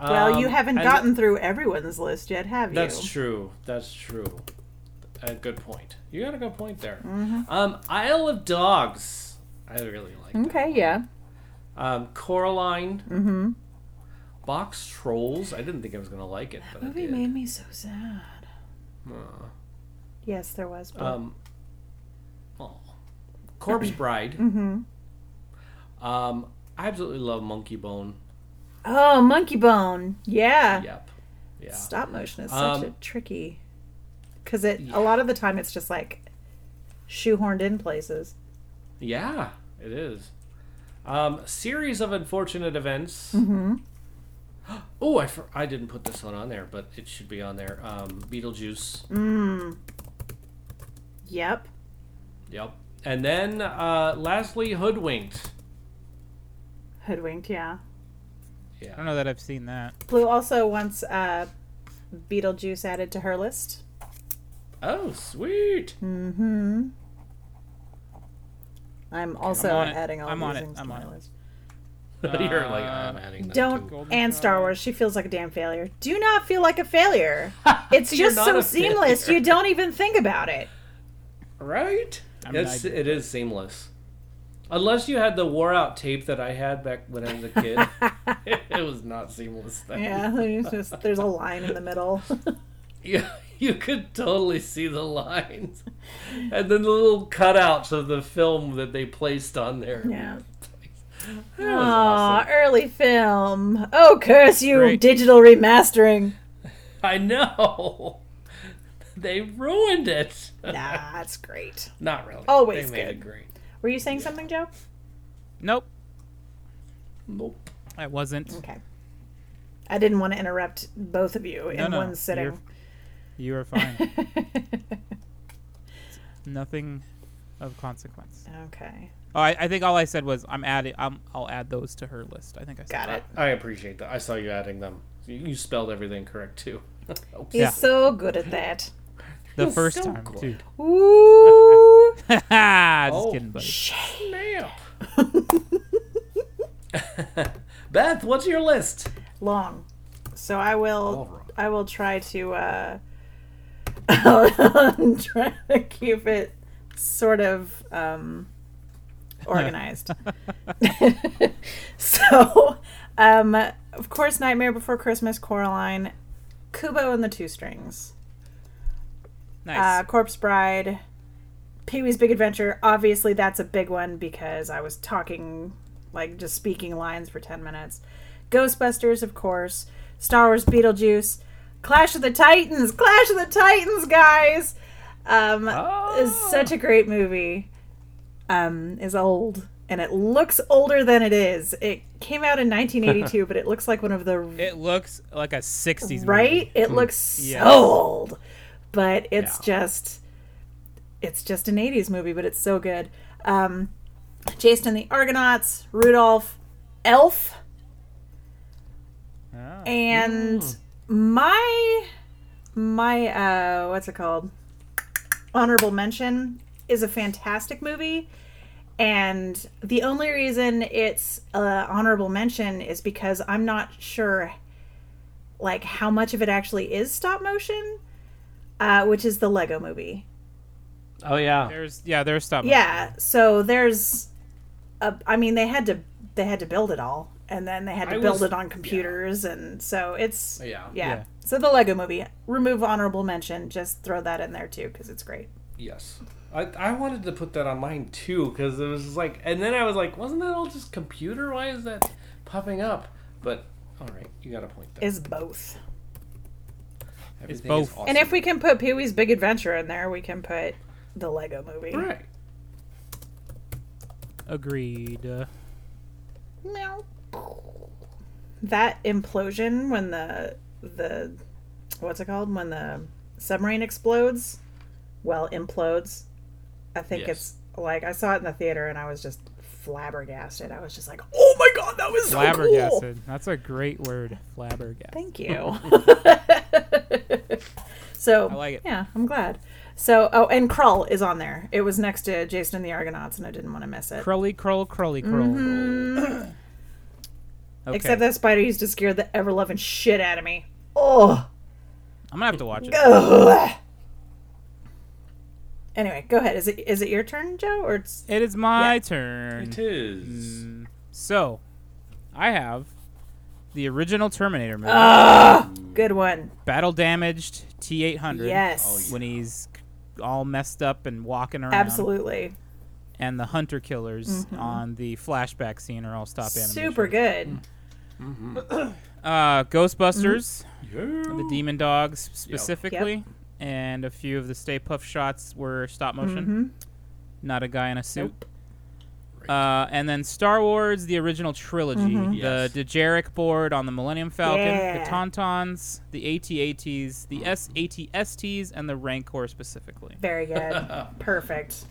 S3: Well, you
S2: Um,
S3: haven't
S2: and-
S3: gotten through everyone's list yet, have you?
S2: That's true. That's true. A good point. You got a good point there.
S3: Mm-hmm.
S2: Um, Isle of Dogs. I really like. that.
S3: Okay, yeah.
S2: Um, Coraline. Mm-hmm. Box Trolls. I didn't think I was gonna like it, but I
S3: Movie
S2: did.
S3: made me so sad. Yes, there was. But...
S2: Um, oh. Corpse Bride. Mm-hmm. Um, I absolutely love Monkey Bone.
S3: oh, Monkey Bone. Yeah.
S2: Yep. Yeah.
S3: Stop motion is such
S2: Um,
S3: a tricky, because it a lot of the time it's just like shoehorned in places.
S2: Yeah, it is. Um, series of unfortunate events.
S3: Mm-hmm.
S2: Oh, I, for- I didn't put this one on there, but it should be on there. Um, Beetlejuice.
S3: Mm. Yep.
S2: Yep. And then uh, lastly, Hoodwinked.
S3: Hoodwinked. Yeah.
S4: I don't know that I've seen that.
S3: Blue also wants uh, Beetlejuice added to her list.
S2: Oh, sweet.
S3: Mm. I'm also
S4: Mm-hmm. I'm on it.
S3: adding all
S4: I'm
S3: these
S4: on it.
S3: things
S4: I'm
S3: to my
S4: on it.
S3: list.
S2: You're like, "Oh, I'm adding that
S3: Don't
S2: too."
S4: Golden
S3: and Star
S4: Child.
S3: Wars. She feels like a damn failure. Do not feel like a failure. It's
S2: You're
S3: just
S2: not
S3: so
S2: a failure.
S3: seamless. You don't even think about it.
S2: Right?
S4: I mean,
S2: it's,
S4: I-
S2: it is seamless. Unless you had the wore out tape that I had back when I was a kid, it was not seamless. Then.
S3: Yeah, there's just there's a line in the middle.
S2: you, you could totally see the lines and then the little cutouts of the film that they placed on there
S3: Yeah.
S2: That was
S3: Aw,
S2: awesome.
S3: early film. Oh, curse you,
S4: Great.
S3: digital remastering.
S2: i know they ruined it
S3: Nah, that's great.
S2: not really
S3: Always
S2: they made
S3: good.
S2: it great
S3: Were you saying something, Joe?
S4: Nope,
S2: nope
S4: I wasn't.
S3: Okay. I didn't want to interrupt both of you in
S4: no,
S3: one sitting.
S4: You are fine. Nothing of consequence.
S3: okay.
S4: Oh, I, I think all I said was I'm adding. I'm, I'll add those to her list. I think I said
S3: Got
S4: that.
S3: it.
S2: i appreciate that i saw you adding them you you spelled everything correct too
S3: He's
S4: Yeah.
S3: so good at that.
S4: The
S2: It's so
S4: first time
S2: good.
S4: too.
S3: Ooh.
S4: Just
S2: Oh,
S4: kidding, buddy.
S2: snap beth what's your list
S3: Long. So I will
S2: All right.
S3: I will try to uh I'll try to keep it sort of um organized. so um of course Nightmare Before Christmas, Coraline, Kubo and the Two Strings.
S4: Nice.
S3: uh, Corpse Bride, Pee Wee's Big Adventure. Obviously, that's a big one because I was talking, like, just speaking lines for 10 minutes. Ghostbusters, of course. Star Wars Beetlejuice. Clash of the Titans! Clash of the Titans, guys! Um,
S4: Oh.
S3: Is such a great movie. Um, is old. And it looks older than it is. It came out in 1982, but it looks like one of the
S4: it looks like a '60s
S3: right
S4: movie.
S3: it looks
S4: Yes.
S3: so old but it's just it's just an 80s movie but it's so good um jason and the argonauts rudolph elf
S4: Oh.
S3: and my my uh what's it called honorable mention is a fantastic movie and the only reason it's uh, honorable mention is because i'm not sure like how much of it actually is stop motion uh, which is the lego movie
S2: oh yeah
S4: There's yeah. There's stop.
S3: yeah so there's a, i mean they had to they had to build it all and then they had to
S2: I
S3: build
S2: was-
S3: it on computers and so it's
S2: yeah
S3: yeah.
S4: Yeah.
S3: So the Lego movie, remove honorable mention, just throw that in there too because it's great.
S2: Yes. I, I wanted to put that on mine too because it was just like, and then I was like, wasn't that all just computer? Why is that popping up? But all right, you got a point there.
S3: Is both.
S2: It's
S4: both.
S3: And if we can put Pee Wee's Big Adventure in there, we can put the Lego movie.
S2: right,
S4: Agreed. Uh,
S3: Meow. That implosion when the the what's it called when the submarine explodes, well implodes. I think
S2: Yes.
S3: it's like I saw it in the theater and I was just flabbergasted. I was just like, "Oh my god, that was so cool!"
S4: flabbergasted. That's a great word. Flabbergasted.
S3: Thank you. so
S4: I like it.
S3: Yeah, I'm glad. So oh, and Krull is on there. It was next to Jason and the Argonauts, and I didn't want to miss it.
S4: Crowley, crawl, crowley, crawl. Okay.
S3: Mm-hmm. Except that spider used to scare the ever loving shit out of me. Oh.
S4: I'm gonna have to watch it.
S3: Anyway, go ahead. Is it is it your turn, Joe, or it's
S4: It is my turn.
S2: Mm.
S5: It is.
S4: So, I have the original Terminator movie,
S3: Uh. good one?
S4: battle damaged T800.
S3: Yes.
S4: When he's all messed up and walking around.
S3: Absolutely.
S4: And the Hunter Killers on the flashback scene or all stop animation.
S3: Mm-hmm. Super good.
S4: Uh, Ghostbusters,
S3: Mm-hmm.
S5: Yeah.
S4: the Demon Dogs specifically, and a few of the Stay Puff shots were stop motion.
S3: Mm-hmm.
S4: Not a guy in a suit. Uh, and then Star Wars, the original trilogy,
S5: Yes.
S4: the Dejeric board on the Millennium Falcon,
S3: Mm-hmm. Yeah.
S4: the Tauntauns, the AT-ATs, the S-AT-STs, and the Rancor specifically.
S3: Very good. Perfect.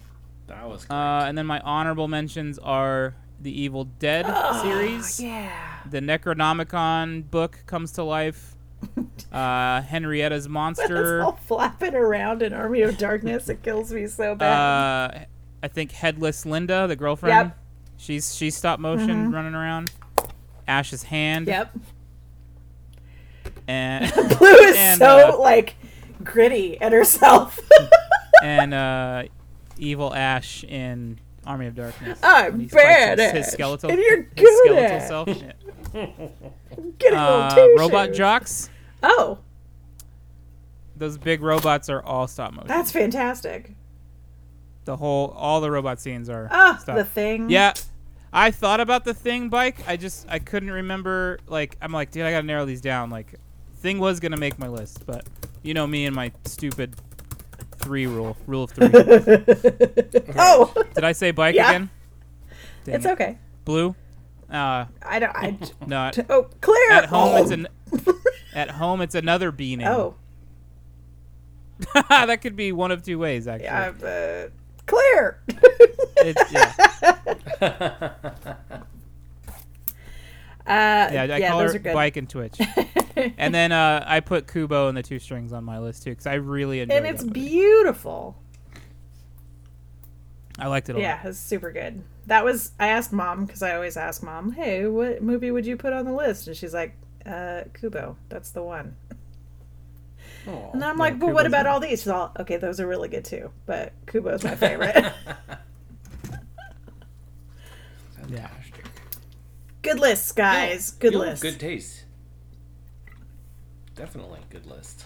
S5: That was.
S4: Uh, and then my honorable mentions are the Evil Dead series,
S3: Yeah.
S4: the Necronomicon book comes to life, uh, Henrietta's Monster,
S3: It's all flapping around in Army of Darkness. It kills me so bad.
S4: uh, I think Headless Linda, the girlfriend.
S3: Yep. Mm-hmm.
S4: She's she's stop motion running around. Ash's hand.
S3: yep.
S4: And
S3: Blue is
S4: And,
S3: so
S4: uh,
S3: like gritty at herself.
S4: and uh, evil Ash in Army of Darkness.
S3: I'm
S4: He fights
S3: bad.
S4: his, his skeletal,
S3: Ah, and you're
S4: his
S3: good
S4: skeletal
S3: at.
S4: self. Yeah.
S3: Get a
S4: Uh,
S3: little
S4: robot
S3: two-shoes.
S4: jocks.
S3: Oh,
S4: Those big robots are all stop motion.
S3: that's fantastic.
S4: the whole, all the robot scenes are
S3: Ah,
S4: stop.
S3: the thing.
S4: Yeah. I thought about the thing bike. I just I couldn't remember. Like I'm like, dude, I gotta narrow these down. Like, thing was gonna make my list, but you know me and my stupid three rule, rule of three. Did
S3: Oh,
S4: I say bike
S3: Yeah.
S4: again? Dang
S3: it's
S4: it.
S3: okay.
S4: Blue. Uh,
S3: I don't. I.
S4: no. at-
S3: Oh, clear.
S4: At home,
S3: oh.
S4: it's an. At home, it's another beaning.
S3: Oh,
S4: that could be one of two ways, actually.
S3: yeah, uh, clear.
S4: It's- yeah.
S3: Uh, yeah,
S4: Yeah, I call
S3: those
S4: her
S3: are good.
S4: bike and Twitch. and then uh, I put Kubo and the two strings on my list too, because I really enjoyed
S3: and
S4: that
S3: it's
S4: movie.
S3: beautiful.
S4: I liked it a lot.
S3: Yeah, it's super good. That was I asked mom because I always ask mom, "Hey, what movie would you put on the list?" And she's like, uh, "Kubo, that's the one." and then I'm like, "But what about all these?" She's all, "Okay, those are really good too, but Kubo's my favorite."
S4: Yeah.
S3: good lists, guys. good
S5: You have
S3: lists.
S5: Good taste. Definitely good list.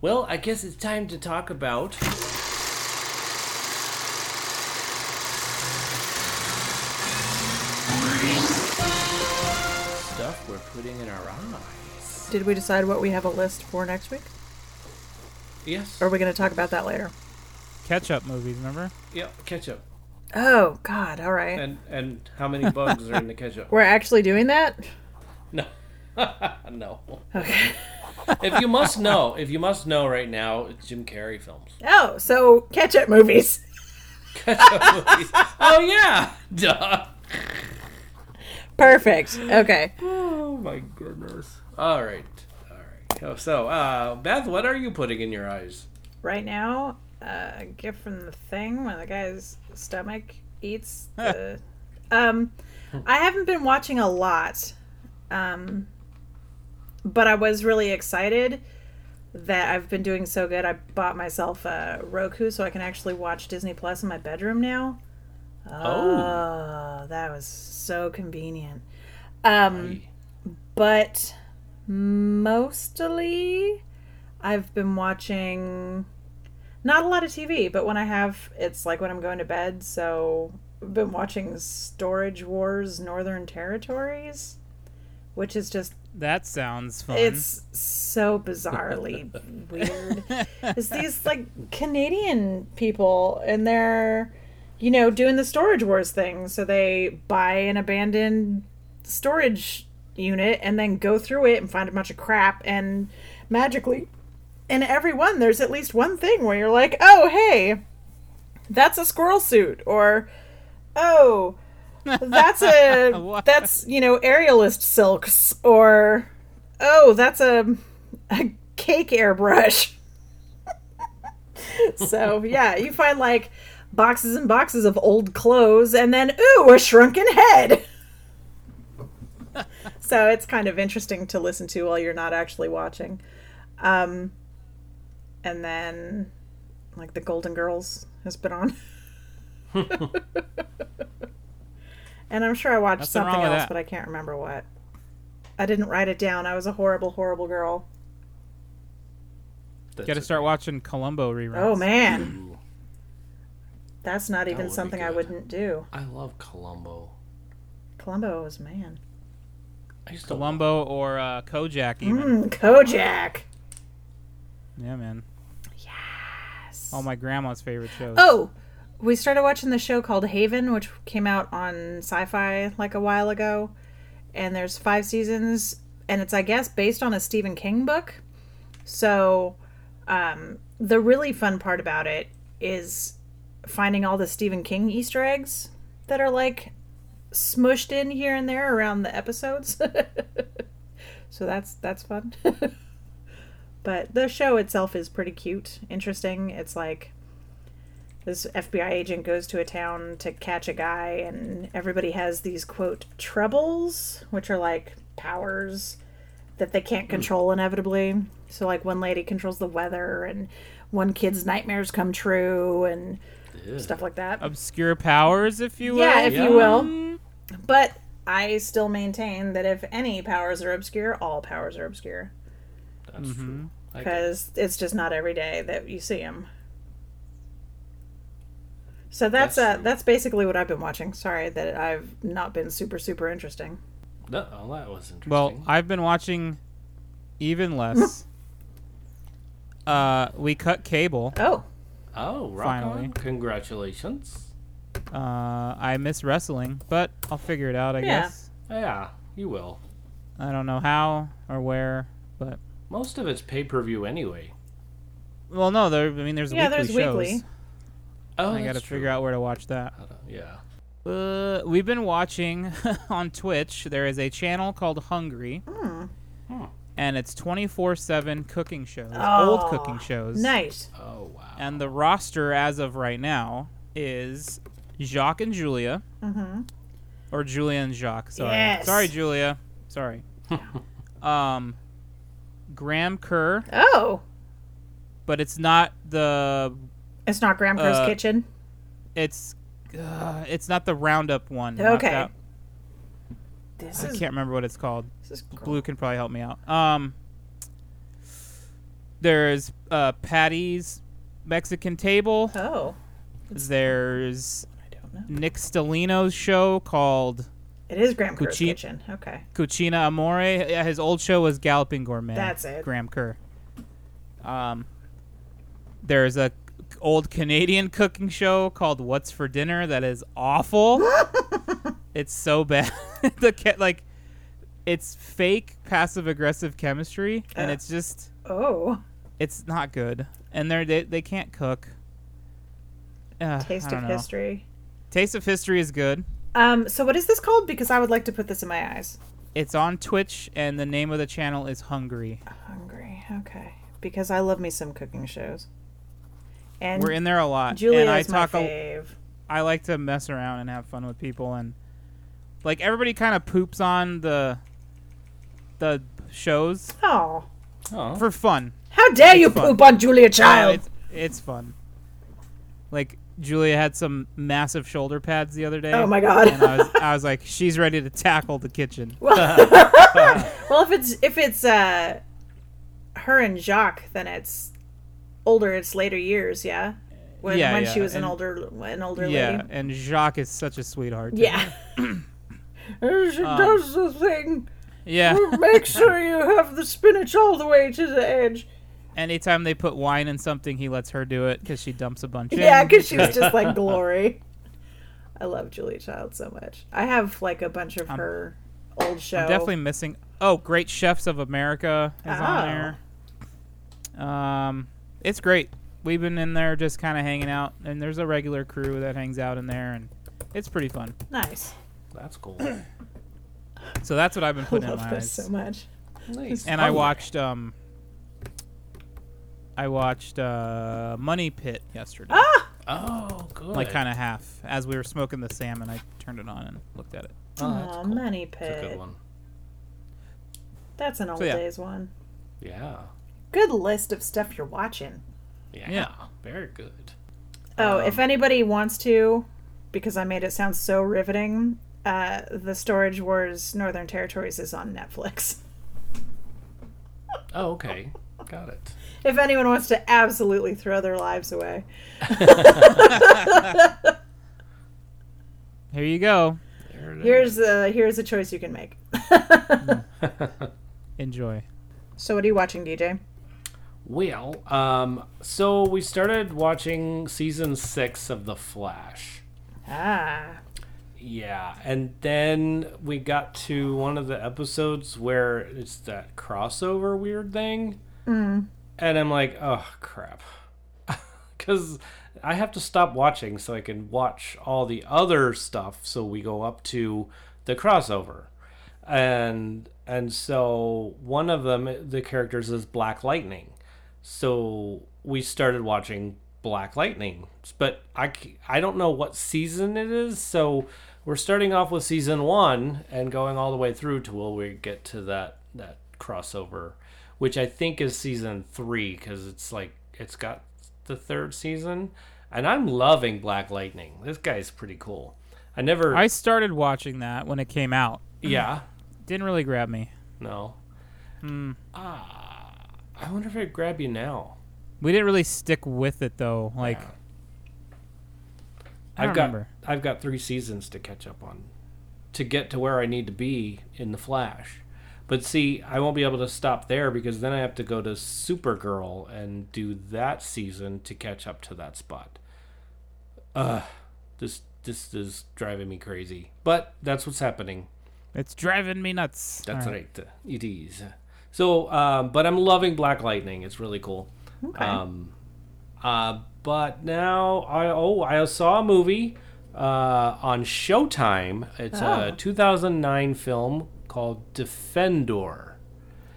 S5: Well, I guess it's time to talk about. Stuff we're putting in our eyes.
S3: Did we decide what we have a list for next week?
S5: Yes.
S3: Or are we going to talk about that later?
S4: Catch-up movies, remember?
S5: Yeah, ketchup.
S3: Oh God! All right,
S5: And and how many bugs are in the ketchup?
S3: we're actually doing that.
S5: No. no.
S3: Okay.
S5: If you must know, if you must know right now, it's Jim Carrey films.
S3: Oh, so catch-up movies. Ah.
S5: oh yeah. Duh.
S3: Perfect. Okay.
S5: Oh my goodness. All right. All right. Oh, So, uh, Beth, what are you putting in your eyes?
S3: right now uh, a gift from the thing when the guy's stomach eats the um i haven't been watching a lot um but i was really excited that i've been doing so good i bought myself a roku so i can actually watch disney plus in my bedroom now oh that was so convenient um but mostly I've been watching not a lot of TV, but when I have, it's like when I'm going to bed. So I've been watching Storage Wars Northern Territories, which is just,
S4: That sounds fun.
S3: it's so bizarrely weird. It's these like Canadian people and they're, you know, doing the Storage Wars thing. So they buy an abandoned storage unit and then go through it and find a bunch of crap and magically in every one there's at least one thing where you're like oh hey that's a squirrel suit or oh that's a
S4: What?
S3: that's you know aerialist silks or oh that's a, a cake airbrush so yeah you find like boxes and boxes of old clothes and then ooh a shrunken head so it's kind of interesting to listen to while you're not actually watching. Um, and then, like the Golden Girls has been on. and I'm sure I watched
S4: Nothing
S3: something
S4: wrong with
S3: else,
S4: that.
S3: but I can't remember what. I didn't write it down. I was a horrible, horrible girl.
S4: Got to start watching Columbo reruns.
S3: Oh man,
S5: Ooh,
S3: that's not even
S2: would be
S3: something I
S2: good.
S3: wouldn't do.
S2: I love Columbo.
S3: Columbo is man.
S2: I used to love
S4: Columbo or uh, Kojak even.
S3: Mm, Kojak.
S4: Yeah, man. Yes. All my grandma's favorite shows.
S3: Oh, we started watching the show called Haven, which came out on Sci-Fi like a while ago, and there's five seasons, and it's I guess based on a Stephen King book. So, um, the really fun part about it is finding all the Stephen King Easter eggs that are like smushed in here and there around the episodes. so that's that's fun. but the show itself is pretty cute, interesting. It's like this FBI agent goes to a town to catch a guy, and everybody has these quote troubles, which are like powers that they can't control inevitably. So, like, one lady controls the weather, and one kid's nightmares come true, and stuff like
S4: Uh,
S3: that.
S4: Obscure powers, if you will. Mm.
S3: Yeah, if
S2: Yeah.
S3: you will. But I still maintain that if any powers are obscure, all powers are obscure
S2: That's true. I get
S3: because it's just not every day that you see them. So that's
S2: That's
S3: uh
S2: true.
S3: that's basically what I've been watching. Sorry that I've not been super super interesting.
S5: Mm-hmm.
S2: No, well, that was interesting.
S4: Well, I've been watching even less.
S3: Mm.
S4: uh, we cut cable.
S3: Oh,
S2: oh, rock
S4: finally.
S2: on. Congratulations.
S4: Uh, I miss wrestling, but I'll figure it out. I
S3: Yeah.
S4: guess.
S2: Yeah, you will.
S4: I don't know how or where, but
S2: Most of it's pay per view anyway.
S4: well, no, there. I mean, there's
S3: yeah,
S4: weekly
S3: there's
S4: shows.
S3: weekly.
S2: Oh,
S4: I gotta figure out where to watch that.
S2: Yeah.
S4: Uh, we've been watching on Twitch. There is a channel called Hungry,
S3: Hmm.
S4: and it's 24/7 cooking shows, old cooking shows.
S3: Oh, Nice.
S2: Oh wow.
S4: And the roster as of right now is Jacques and Julia, or Julia and Jacques. Sorry,
S3: Mm-hmm. Yes.
S4: sorry, Julia. Sorry. um, Graham Kerr,
S3: Oh,
S4: but it's not the
S3: it's not Graham Kerr's
S4: Uh,
S3: kitchen.
S4: it's uh, it's not the Roundup one. not
S3: Okay.
S4: that-
S3: This
S4: I
S3: is
S4: can't remember what it's called.
S3: this is cool.
S4: Blue can probably help me out. Um, there's uh, Patty's Mexican Table.
S3: Oh,
S4: There's
S3: I don't know.
S4: Nick Stellino's show called
S3: It is Graham Kerr's
S4: Cuchi-
S3: kitchen. Okay.
S4: Cucina Amore. Yeah, His old show was Galloping Gourmet.
S3: That's it.
S4: Graham Kerr. Um, there's a old Canadian cooking show called What's for Dinner that is awful. it's so bad. the ca- like, it's fake passive aggressive chemistry, and
S3: Yeah.
S4: it's just
S3: Oh,
S4: it's not good. And they're, they they can't cook. Uh,
S3: taste of history.
S4: Taste of History is good.
S3: Um, so what is this called? Because I would like to put this in my eyes.
S4: It's on Twitch, and the name of the channel is Hungry.
S3: Hungry. Okay. Because I love me some cooking shows. And
S4: We're in there a lot.
S3: Julia
S4: and I
S3: is my
S4: talk a,
S3: fave.
S4: I like to mess around and have fun with people and like everybody kind of poops on the the shows
S3: oh,
S2: Oh.
S4: for fun.
S3: how dare you
S4: fun.
S3: poop on Julia Child?
S4: It's, it's fun. Like Julia had some massive shoulder pads the other day.
S3: Oh my God.
S4: And I was I was like she's ready to tackle the kitchen.
S3: well, if it's if it's uh, her and Jacques, then it's older. It's later years, yeah. When,
S4: Yeah,
S3: when
S4: yeah,
S3: she was an
S4: and-
S3: older an older
S4: Yeah,
S3: lady.
S4: and Jacques is such a sweetheart.
S3: Yeah. she
S4: Um,
S3: does the thing.
S4: Yeah.
S3: Make sure you have the spinach all the way to the edge.
S4: Anytime they put wine in something, he lets her do it cuz she dumps a bunch in.
S3: Yeah, because she was just like glory. I love Julia Child so much. I have like a bunch of her old show.
S4: Definitely missing. Oh, Great Chefs of America is
S3: Oh.
S4: on there. Um, it's great. We've been in there just kind of hanging out, and there's a regular crew that hangs out in there, and it's pretty fun.
S3: nice.
S2: That's cool.
S4: So that's what I've been
S3: I
S4: putting in
S3: love
S4: my
S3: this
S4: eyes.
S3: so much.
S2: Nice.
S4: and I watched um, I watched uh, Money Pit yesterday,
S3: Ah!
S2: Oh, good.
S4: like kind of half. As we were smoking the salmon, I turned it on and looked at it.
S2: Oh, that's
S3: Aw,
S2: cool.
S3: money
S2: That's
S3: pit.
S2: a good one.
S3: That's an old
S4: yeah.
S3: days one.
S2: Yeah.
S3: Good list of stuff you're watching.
S2: Yeah.
S4: Yeah.
S2: Very good.
S3: Oh, if anybody wants to, because I made it sound so riveting, uh, the Storage Wars Northern Territories is on Netflix.
S2: Oh, okay. Got it.
S3: If anyone wants to absolutely throw their lives away,
S4: Here you go.
S2: There it is.
S3: here's a, here's a choice you can make.
S4: Enjoy.
S3: so, what are you watching, DJ?
S2: Well, um, so we started watching season six of The Flash.
S3: Ah,
S2: Yeah, and then we got to one of the episodes where it's that crossover weird thing. And I'm like, oh, crap. Because I have to stop watching so I can watch all the other stuff so we go up to the crossover. And and so one of them the characters is Black Lightning. So we started watching Black Lightning, but I, c- I don't know what season it is. So we're starting off with season one and going all the way through to where we get to that that crossover, which I think is season three because it's like it's got the third season, and I'm loving Black Lightning. This guy's pretty cool. I never
S4: I started watching that when it came out.
S2: yeah
S4: Didn't really grab me.
S2: no.
S4: Hmm.
S2: Ah, I wonder if it grab you now.
S4: We didn't really stick with it though. Like I don't
S2: I've got
S4: remember.
S2: I've got three seasons to catch up on, to get to where I need to be in the Flash. But see, I won't be able to stop there because then I have to go to Supergirl and do that season to catch up to that spot. Ugh, this this is driving me crazy. But that's what's happening.
S4: It's driving me nuts.
S2: That's
S4: All
S2: right. It is. So, um, but I'm loving Black Lightning. It's really cool.
S3: okay.
S2: Um, uh, but now I oh I saw a movie uh, on Showtime. It's a 2009 film called Defendor,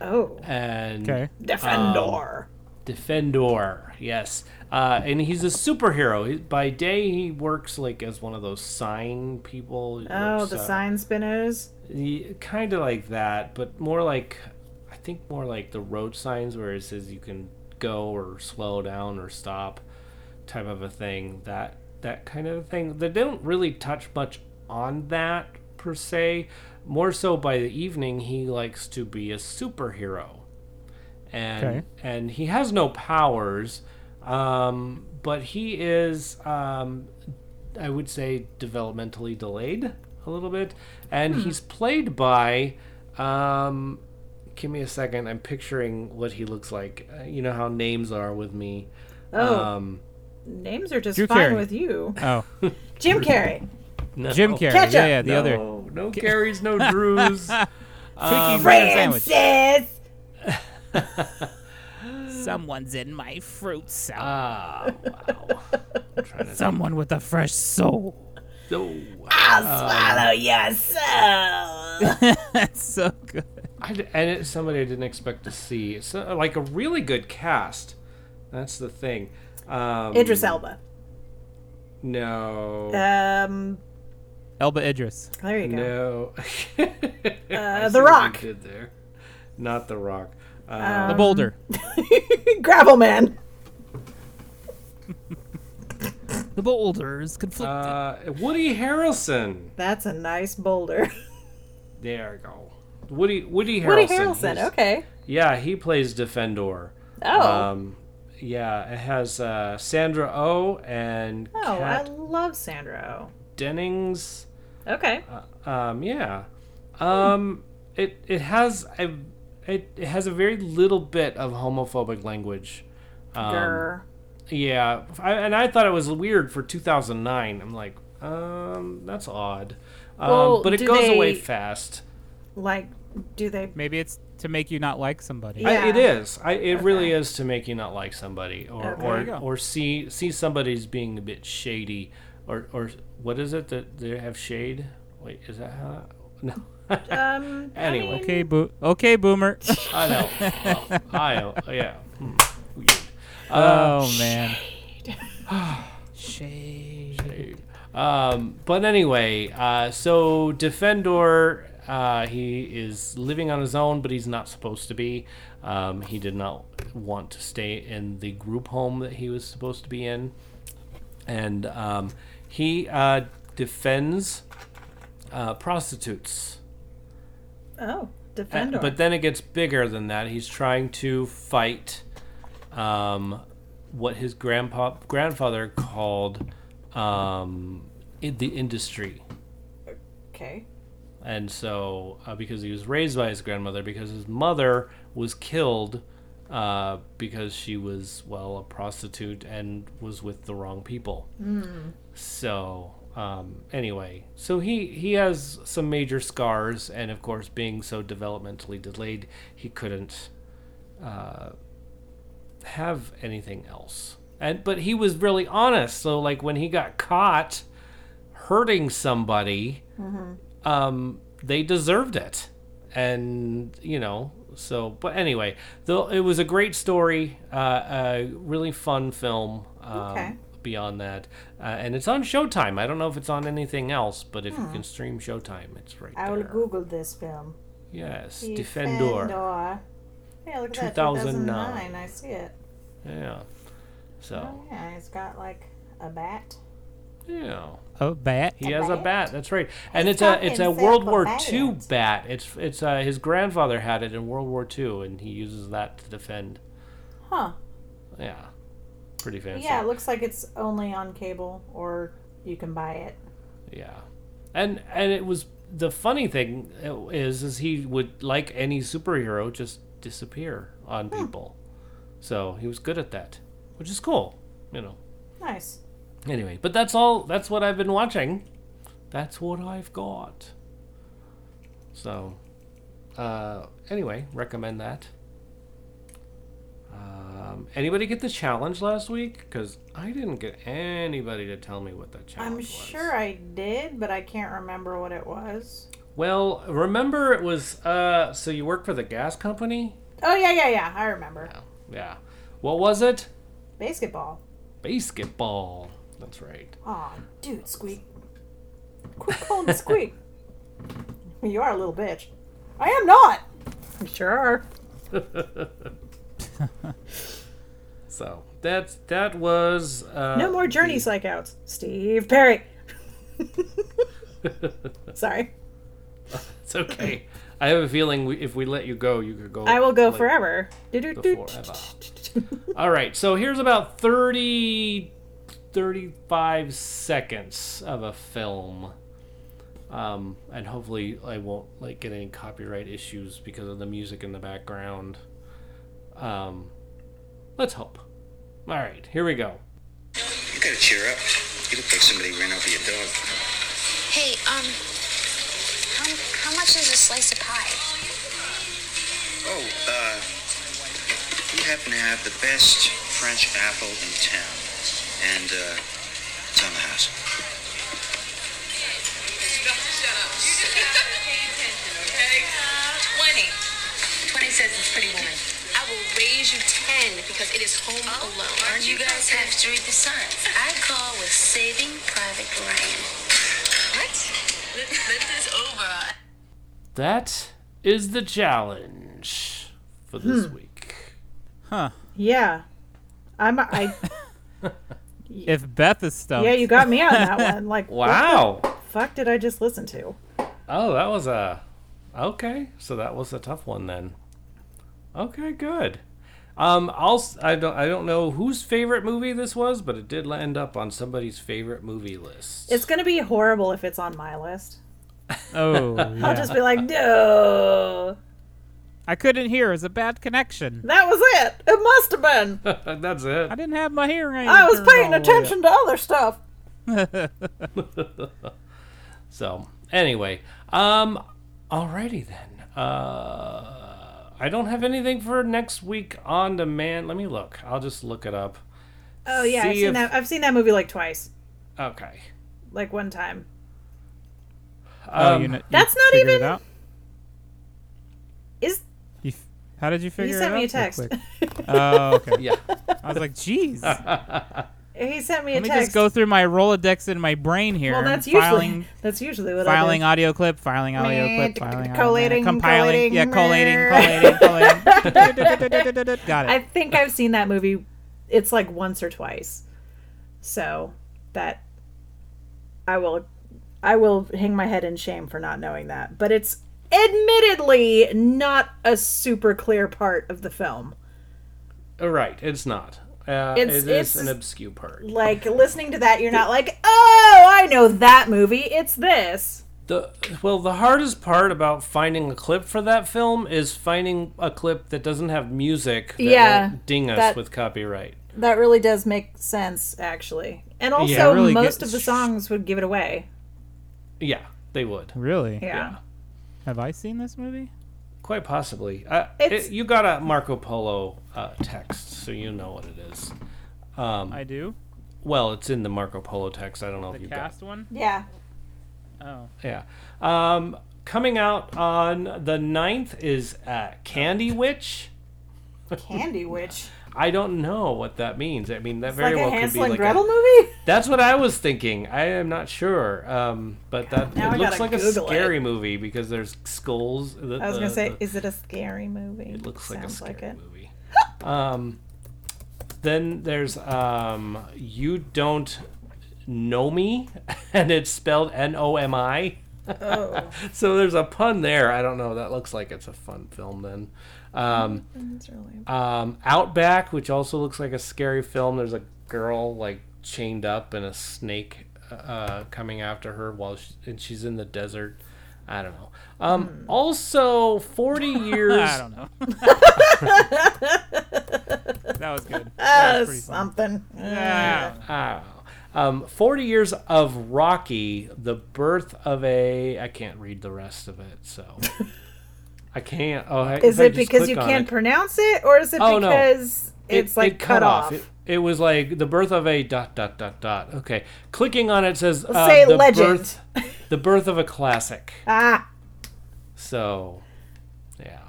S3: oh,
S2: and
S4: Okay.
S3: Defendor.
S2: Defendor, yes, uh, and he's a superhero. He- By day, he works like as one of those sign people. He
S3: oh,
S2: works,
S3: the
S2: uh,
S3: sign spinners.
S2: kind of like that, but more like I think more like the road signs where it says you can go or slow down or stop type of a thing. That that kind of thing. They don't really touch much on that per se. More so by the evening he likes to be a superhero. And
S4: Okay.
S2: and he has no powers um but he is um I would say developmentally delayed a little bit, and
S3: Hmm.
S2: he's played by. Um, give me a second. I'm picturing what he looks like. Uh, you know how names are with me.
S3: Oh.
S2: Um,
S3: Names are just
S4: Drew
S3: fine
S4: Carey.
S3: with you.
S4: Oh,
S3: Jim Carrey.
S2: no.
S4: Jim Carrey.
S3: Ketchup.
S4: Yeah, yeah, the
S2: no,
S4: other.
S2: no Carries, no Drews.
S4: Twinkie banana
S3: Francis!
S4: sandwich. Someone's in my fruit salad.
S2: Ah, wow. I'm trying to.
S4: Uh, Someone with a fresh soul.
S2: Oh.
S3: I'll swallow your soul!
S4: That's so good.
S2: I d and it's somebody I didn't expect to see. It's uh, like a really good cast. That's the thing. Um,
S3: Idris Elba.
S2: No.
S3: Um,
S4: Elba Idris.
S3: there you go.
S2: No.
S3: Uh,
S2: uh,
S3: The Rock.
S2: Did there. Not The Rock. Uh,
S4: The boulder.
S3: Gravel Man.
S4: The boulder is conflicted.
S2: uh, Woody Harrelson.
S3: That's a nice boulder.
S2: There we go. Woody Woody Harrelson.
S3: Woody Harrelson.
S2: He's-
S3: Okay.
S2: Yeah, he plays Defendor.
S3: Oh.
S2: Um, yeah, it has uh, Sandra O oh and
S3: oh, I
S2: Kat
S3: love Sandra.
S2: Dennings.
S3: Oh. Okay.
S2: Um, yeah. Um, it it has a it, it has a very little bit of homophobic language. Um,
S3: Grr.
S2: Yeah, I, and I thought it was weird for 2009. I'm like, um, that's odd. Um,
S3: Well,
S2: but it
S3: do
S2: goes away
S3: they-
S2: fast.
S3: like, do they?
S4: Maybe it's to make you not like somebody.
S2: I-
S3: Yeah.
S2: it is. I, it really is to make you not like somebody, or
S3: Okay. There
S4: you go.
S2: or, or see see somebody's being a bit shady, or or what is it that they have shade? Wait, is that how? No.
S3: Um. I
S2: Anyway.
S3: mean,
S4: Okay, boo. Okay, boomer.
S2: I know. Well, I know. Yeah. Hmm.
S4: oh man. Shade.
S2: Um, but anyway, uh, so Defendor Uh, he is living on his own, but he's not supposed to be. Um, he did not want to stay in the group home that he was supposed to be in, and um, he uh, defends uh, prostitutes.
S3: Oh,
S2: Uh,
S3: defender.
S2: But then it gets bigger than that. He's trying to fight um, what his grandpa grandfather called um, in the industry.
S3: okay.
S2: And so, uh, because he was raised by his grandmother, because his mother was killed uh, because she was, well, a prostitute and was with the wrong people. So, um, anyway, so he, he has some major scars, and of course, being so developmentally delayed, he couldn't uh, have anything else. And but he was really honest. So like when he got caught hurting somebody, um, they deserved it. And, you know, so, but anyway, though it was a great story, uh, a really fun film. Um,
S3: Okay.
S2: Beyond that, uh, and it's on Showtime. I don't know if it's on anything else, but if you can stream Showtime, it's right
S3: Hmm. I will
S2: there.
S3: Google this film.
S2: yes, Defender.
S3: Yeah, look at that.
S2: 2009.
S3: 2009. I see it.
S2: Yeah. So
S3: Oh, yeah, it's got like a bat.
S2: yeah.
S4: Oh, bat.
S2: He
S3: A
S2: has a
S3: bat?
S2: bat. That's right, and
S3: He
S2: it's a it's a
S3: fucking
S2: World
S3: said
S2: War
S3: bat.
S2: II bat. It's it's uh, his grandfather had it in World War II, and he uses that to defend.
S3: Huh.
S2: Yeah, pretty fancy.
S3: Yeah, it looks like it's only on cable or you can buy it.
S2: Yeah, and and it was the funny thing uh, is is he would like any superhero just disappear on
S3: Hmm.
S2: people, so he was good at that, which is cool, you know.
S3: Nice.
S2: Anyway, but that's all. That's what I've been watching. That's what I've got. So, uh, anyway, recommend that. Um, anybody get the challenge last week? Because I didn't get anybody to tell me what that challenge
S3: I'm
S2: was.
S3: sure I did, but I can't remember what it was.
S2: Well, remember it was uh so you work for the gas company?
S3: Oh yeah, yeah, yeah. I remember.
S2: Yeah. Yeah. What was it?
S3: Basketball.
S2: Basketball. That's right.
S3: Aw, dude, Squeak. Quit calling me Squeak. you are a little bitch. I am not. You sure are.
S2: Uh, So that's that was uh
S3: No more journey psychouts. Steve Perry. Sorry.
S2: It's okay. I have a feeling we, if we let you go, you could go.
S3: I will go
S2: like,
S3: forever. Do-do-do.
S2: forever. All right. So here's about 30, 35 seconds of a film. Um, and hopefully I won't like get any copyright issues because of the music in the background. Um, let's hope. All right, here we go.
S6: You gotta cheer up. You look like somebody ran over your dog.
S7: Hey, um, how, how much is a slice of pie?
S6: Oh, uh, you happen to have the best French apple in town. And, uh, it's on the house.
S7: Twenty. Twenty says it's Pretty Woman. I will raise you ten because it is Home Alone. Oh, Aren't you guys have to read the signs? I call with Saving Private Ryan. What? Let, let this over.
S2: That is the challenge for this
S3: Hmm.
S2: week.
S3: Yeah. I'm I
S4: If Beth is stumped.
S3: Yeah, you got me on that one. Like what the
S2: Wow.
S3: fuck did I just listen to?
S2: Oh, that was a okay. So that was a tough one then. Okay, good. Um, I'll s- I don't I don't know whose favorite movie this was, but it did end up on somebody's favorite movie list.
S3: It's gonna be horrible if it's on my list.
S4: Oh, yeah.
S3: I'll just be like, no.
S4: I couldn't hear. It's a bad connection.
S3: That was it. It must have been.
S2: That's it.
S4: I didn't have my hearing. Oh,
S3: I was
S4: turned
S3: paying
S4: all the way up.
S3: attention to other stuff.
S2: So anyway, um, alrighty then. Uh, I don't have anything for next week on demand. Let me look. I'll just look it up.
S3: Oh yeah, I've
S2: See
S3: seen
S2: if-
S3: that. I've seen that movie like twice,
S2: Okay.
S3: like one time.
S4: Oh, you kn- you
S3: Um, That's not
S4: figured it
S3: even-
S4: out?
S3: Is
S4: You f- how did you figure
S3: you
S4: it
S3: sent
S4: out?
S3: me a
S4: real
S3: text?
S4: quick? Oh, okay.
S2: Yeah.
S4: I was like, jeez.
S3: He sent me a
S4: Let me
S3: Uh, text.
S4: just go through my Rolodex in my brain here.
S3: well, that's usually
S4: filing,
S3: that's usually what
S4: filing
S3: I
S4: audio clip, filing audio
S3: Meh,
S4: clip,
S3: tick,
S4: filing
S3: tick,
S4: audio
S3: collating,
S4: compiling, yeah,
S3: collating,
S4: collating, collating, collating. Got
S3: do.
S4: it.
S3: I think I've seen that movie. It's like once or twice, so that I will I will hang my head in shame for not knowing that. But it's admittedly not a super clear part of the film.
S2: Oh, right, it's not. Uh,
S3: It's-
S2: it is
S3: it's-
S2: an obscure part.
S3: Like listening to that, you're not like, oh, I know that movie. It's this.
S2: The well, the hardest part about finding a clip for that film is finding a clip that doesn't have music. That
S3: Yeah,
S2: won't ding us
S3: that-
S2: with copyright.
S3: That really does make sense, actually. And also,
S4: Yeah, it really
S3: most
S4: gets-
S3: of the songs would give it away.
S2: Yeah, they would.
S4: Really?
S3: Yeah.
S4: Have I seen this movie?
S2: Quite possibly. Uh,
S3: It's-
S2: it- you got a Marco Polo uh, text, so you know what it is. Um,
S4: I do.
S2: well, it's in the Marco Polo text. I don't know
S4: The
S2: if you got.
S4: cast one.
S3: Yeah.
S4: Oh,
S2: Yeah. Um, coming out on the 9th is uh, Candy Witch.
S3: Candy Witch.
S2: I don't know what that means. I mean, that
S3: Like
S2: very
S3: a
S2: well could be
S3: Hansel and
S2: like a-
S3: Gretel movie?
S2: That's what I was thinking. I am not sure, um, but that
S3: now I
S2: it looks
S3: gotta
S2: like
S3: Google
S2: a scary movie because there's skulls. The,
S3: I was
S2: the-
S3: going to say,
S2: the-
S3: is it a scary movie?
S2: it looks like a
S3: Sounds
S2: scary
S3: it.
S2: movie. Um, then there's um, you don't know me, and it's spelled N O M I.
S3: Oh.
S2: So there's a pun there. I don't know. That looks like it's a fun film then. Um,
S3: That's really...
S2: um, Outback, which also looks like a scary film. There's a girl like chained up and a snake uh, coming after her while she, and she's in the desert. I don't know. Um, Also, 40 years.
S4: Hmm. I don't know. that was good. That
S3: Uh,
S4: was pretty fun.
S3: something.
S4: Yeah.
S2: I don't know. Um, 40 years of Rocky, the birth of a. I can't read the rest of it, so. I can't. Oh, I,
S3: Is
S2: if I
S3: it
S2: just
S3: because you
S2: click on
S3: can't
S2: it-
S3: pronounce it, or is it
S2: Oh, no.
S3: because it's like cut, off?
S2: It, it was like the birth of a dot dot dot dot. Okay, clicking on it says uh,
S3: say
S2: the
S3: legend.
S2: birth, the birth of a classic.
S3: Ah,
S2: So, yeah.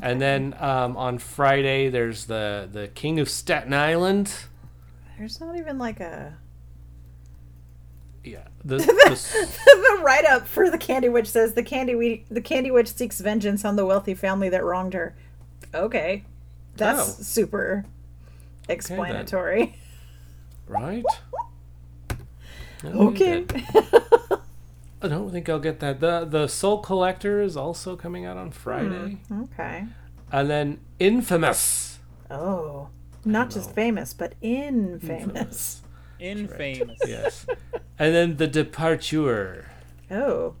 S2: And then um, on Friday, there's the the King of Staten Island.
S3: there's not even like a.
S2: Yeah, the, the s-
S3: the write up for the Candy Witch says the Candy we- the Candy Witch seeks vengeance on the wealthy family that wronged her. Okay, that's
S2: Oh.
S3: super explanatory.
S2: right.
S3: Okay,
S2: I don't think I'll get that. the The Soul Collector is also coming out on Friday,
S3: Hmm. okay.
S2: and then Infamous.
S3: Oh, not just famous, but infamous.
S4: Infamous.
S2: Yes, and then The Departure.
S3: Oh,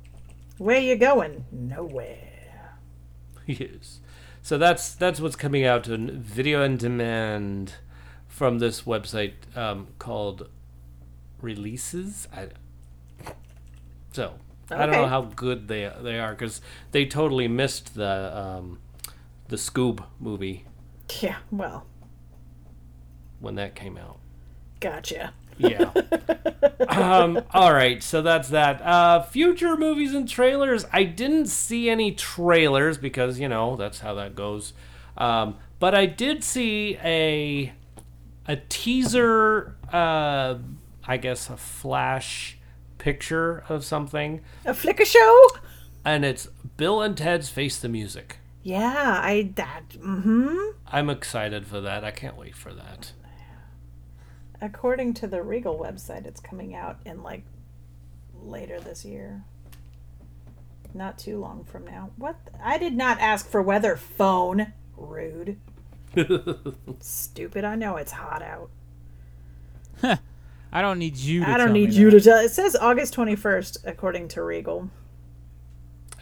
S3: where you going? Nowhere.
S2: Yes. So that's that's what's coming out on video on demand from this website um, called Releases. I, so I don't know
S3: Okay.
S2: how good they they are because they totally missed the um, the Scoob movie
S3: Yeah. Well,
S2: when that came out.
S3: gotcha.
S2: Yeah. um, all right, so that's that. Uh, future movies and trailers. I didn't see any trailers because you know that's how that goes. Um, but I did see a a teaser. Uh, I guess a flash picture of something,
S3: A flicker show.
S2: and it's Bill and Ted's Face the Music.
S3: Yeah, I that. Mm-hmm.
S2: I'm excited for that. I can't wait for that.
S3: According to the Regal website, it's coming out in like later this year. Not too long from now. What? th- I did not ask for weather phone. Rude. Stupid. I know it's hot out.
S4: I don't need you. To
S3: I don't
S4: tell me
S3: need you
S4: that.
S3: to tell. It says August 21st, according to Regal.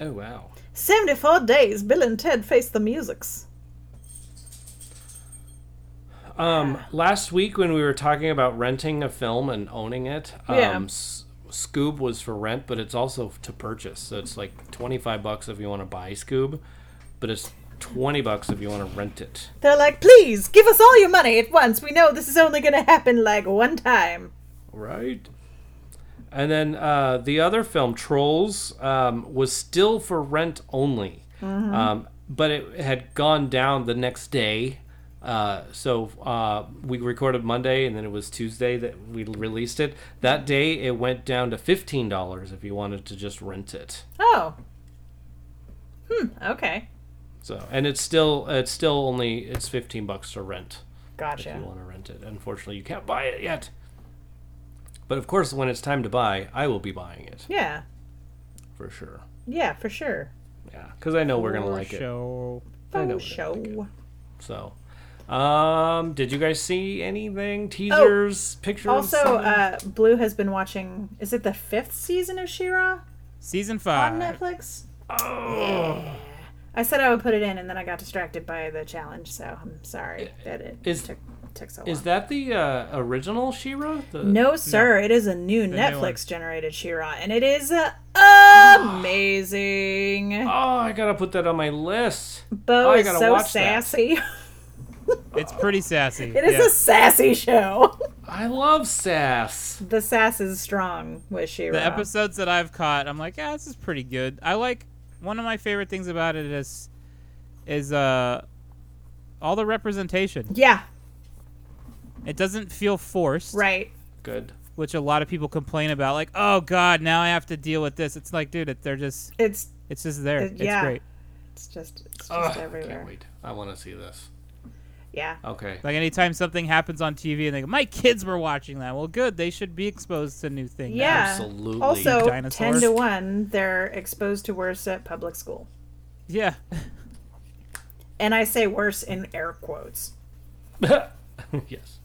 S2: Oh wow.
S3: 74 days, Bill and Ted face the musics.
S2: Um, last week when we were talking about renting a film and owning it, um,
S3: Yeah.
S2: S- Scoob was for rent, but it's also to purchase. So it's like twenty five bucks if you want to buy Scoob, but it's twenty bucks if you want to rent it.
S3: They're like, please, give us all your money at once. We know this is only going to happen like one time.
S2: Right. And then uh, the other film, Trolls, um, was still for rent only, um, but it had gone down the next day Uh, so uh, we recorded Monday, and then it was Tuesday that we released it. That day, it went down to fifteen dollars if you wanted to just rent it.
S3: Oh. Hmm. Okay.
S2: So, and it's still it's still only it's fifteen bucks to rent. if you
S3: Gotcha.
S2: want to rent it. Unfortunately, you can't buy it yet. But of course, when it's time to buy, I will be buying it
S3: Yeah.
S2: for sure.
S3: Yeah, for sure.
S2: Yeah, because I know we're gonna like it.
S4: show.
S2: I know
S3: Oh,
S2: we're gonna like it.
S3: show.
S2: So, um, did you guys see anything? Teasers, pictures.
S3: Oh, Also,
S2: something?
S3: uh, Blue has been watching. Is it the fifth season of Shira
S4: Season
S3: on
S4: five.
S3: Netflix? Oh. I said I would put it in, and then I got distracted by the challenge. So I'm sorry that it
S2: Is-
S3: took took so long.
S2: is that the uh, original Shira? The,
S3: No, sir. It is a new
S4: new one.
S3: Netflix generated Shira, and it is uh, amazing.
S2: Ah. Oh, I gotta put that on my list.
S3: Bo
S2: I
S3: is
S2: gotta
S3: so
S2: watch that.
S3: sassy.
S4: It's pretty sassy.
S3: it is a sassy show.
S2: I love Sass.
S3: the sass is strong with Shira.
S4: the episodes that I've caught, I'm like, yeah, this is pretty good. I like one of my favorite things about it is is uh all the representation.
S3: Yeah.
S4: It doesn't feel forced,
S3: Right.
S2: Good.
S4: which a lot of people complain about. Like, oh god, now I have to deal with this. It's like, dude, it, they're just
S3: It's
S4: it's just there.
S3: Uh, yeah.
S4: It's great.
S3: it's just it's just
S2: Ugh, I
S3: everywhere.
S2: can't wait. I want to see this.
S3: Yeah.
S2: Okay.
S4: Like anytime something happens on TV and they go, my kids were watching that. Well, good. They should be exposed to new things.
S3: Yeah.
S2: Absolutely.
S3: Also,
S4: Dinosaur.
S3: ten to one, they're exposed to worse at public school,
S4: Yeah.
S3: and I say worse in air quotes.
S2: yes.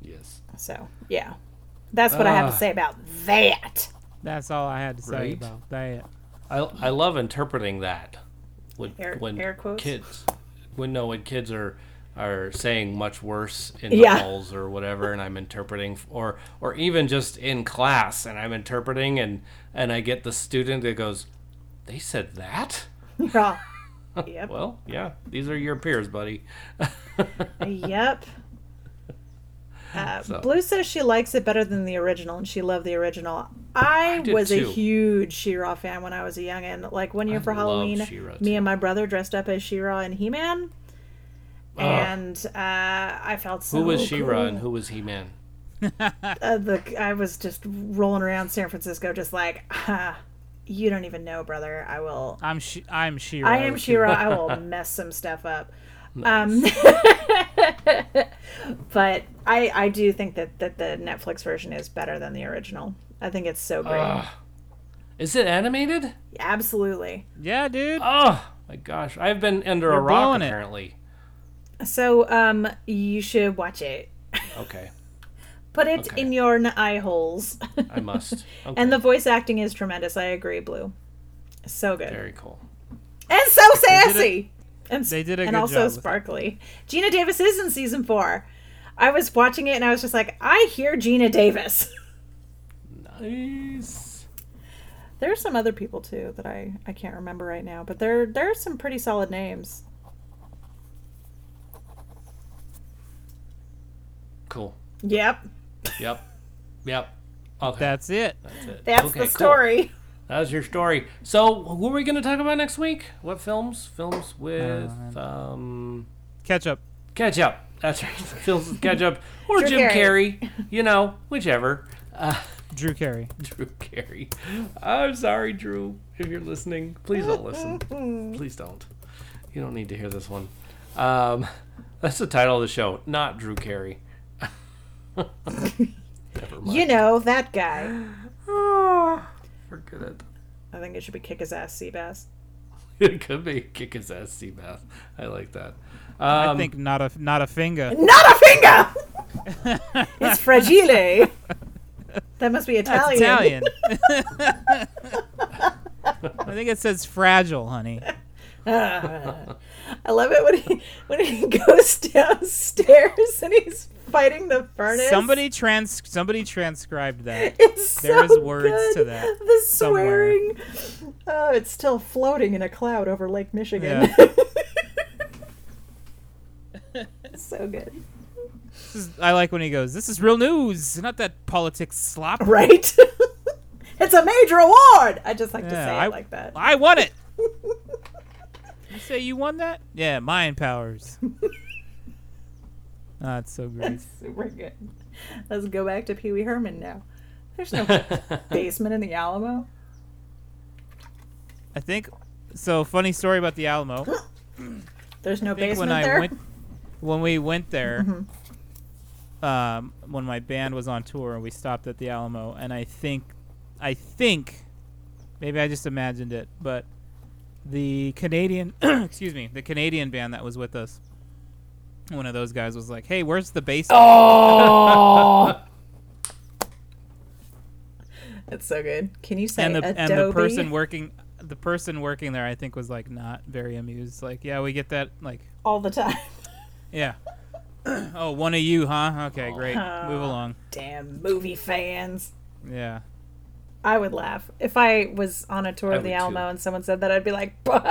S2: Yes.
S3: So yeah, that's what I have
S2: Ah.
S3: to say about that.
S4: That's all I had to say
S2: Right.
S4: about that.
S2: I, I love interpreting that when
S3: Air-
S2: when
S3: air quotes?
S2: kids when no when kids are are saying much worse in
S3: Yeah.
S2: the halls or whatever and I'm interpreting f- or or even just in class and I'm interpreting and and I get the student that goes they said that
S3: Yeah. yep.
S2: well yeah these are your peers buddy
S3: Yep. Uh,
S2: So-
S3: Blue says she likes it better than the original, and she loved the original. I,
S2: did
S3: was
S2: too.
S3: a huge She-Ra fan when I was a youngin. Like one year for
S2: love
S3: Halloween,
S2: She-Ra too.
S3: me and my brother dressed up as She-Ra and He-Man, and uh, I felt so.
S2: who
S4: Oh,
S2: was She-Ra
S3: cool.
S2: and who was He-Man
S3: Uh, the, I was just rolling around San Francisco, just like, "Ah, you don't even know, brother. I will.
S4: I'm sh- I'm Shira.
S3: I am Shira. I will mess some stuff up. Um, but I I do think that that the Netflix version is better than the original. I think it's
S4: Ah.
S3: so great.
S2: is it animated
S3: Absolutely.
S4: Yeah, dude.
S2: oh my gosh I've been under a
S4: They're
S2: rock
S4: blowing it.
S2: apparently
S3: So um, you should watch it.
S2: okay
S3: Put it
S2: Okay.
S3: in your n- eye holes.
S2: I must okay.
S3: and the voice acting is tremendous. I agree, Blue. So good.
S2: very cool
S3: and so sassy and
S4: they did a
S3: and
S4: good
S3: also
S4: job with it.
S3: sparkly gina davis is in season four i was watching it and i was just like i hear gina davis
S2: nice
S3: there are some other people too that i i can't remember right now but there there are some pretty solid names
S2: cool
S3: yep
S2: Yep. Yep. Okay.
S4: That's it.
S2: that's it.
S3: that's
S2: Okay,
S3: the
S2: cool.
S3: story
S2: That was your story. So, who are we going to talk about next week? What films? Films with um,
S4: Catch up.
S2: ketchup. That's right. Films with ketchup or
S3: Drew
S2: Jim
S3: Carrey.
S2: Carrey. You know, whichever.
S4: Drew Carey.
S2: Drew Carey. I'm sorry, Drew, if you're listening. Please don't listen. Please don't. You don't need to hear this one. Um, that's the title of the show, not Drew Carey. Never mind.
S3: you know that guy
S2: Forget it.
S3: i think it should be kick his ass seabass
S2: it could be kick his ass sea bath i like that um,
S4: I think not a not a finger.
S3: not a finger it's fragile that must be italian,
S4: Italian. I think it says fragile, honey.
S3: I love it when he when he goes downstairs and he's fighting the furnace.
S4: Somebody trans somebody transcribed that.
S3: it's
S4: there
S3: so
S4: is words to
S3: Oh, good.
S4: that
S3: The
S4: somewhere.
S3: swearing. Oh, it's still floating in a cloud over Lake Michigan.
S4: Yeah.
S3: so good,
S4: This is- I like when he goes, "This is real news, not that politics slop."
S3: right? it's a major award. I just like to
S4: Yeah,
S3: say it
S4: I-
S3: like that.
S4: I won it. you say you won that? Yeah, Mayan powers. Oh, it's so great.
S3: That's super good. Let's go back to Pee Wee Herman now. There's no basement in the Alamo.
S4: I think so. Funny story about the Alamo.
S3: There's no
S4: I think
S3: basement
S4: when I
S3: there.
S4: went when we went there,
S3: Mm-hmm.
S4: um, when my band was on tour and we stopped at the Alamo, and I think, I think, maybe I just imagined it, but the Canadian, excuse me, the Canadian band that was with us, one of those guys was like, "Hey, where's the basement?"
S3: Oh, That's so good. Can you say
S4: and the
S3: Adobe?
S4: and the person working the person working there, I think, was like not very amused. Like, yeah, we get that, like.
S3: all the time?
S4: Yeah. oh, one of you, huh? Okay, great. Move along.
S3: Damn movie fans.
S4: Yeah.
S3: I would laugh if I was on a tour
S2: I
S3: of the
S2: would
S3: Alamo
S2: too.
S3: and someone said that. I'd be like, "Bah!"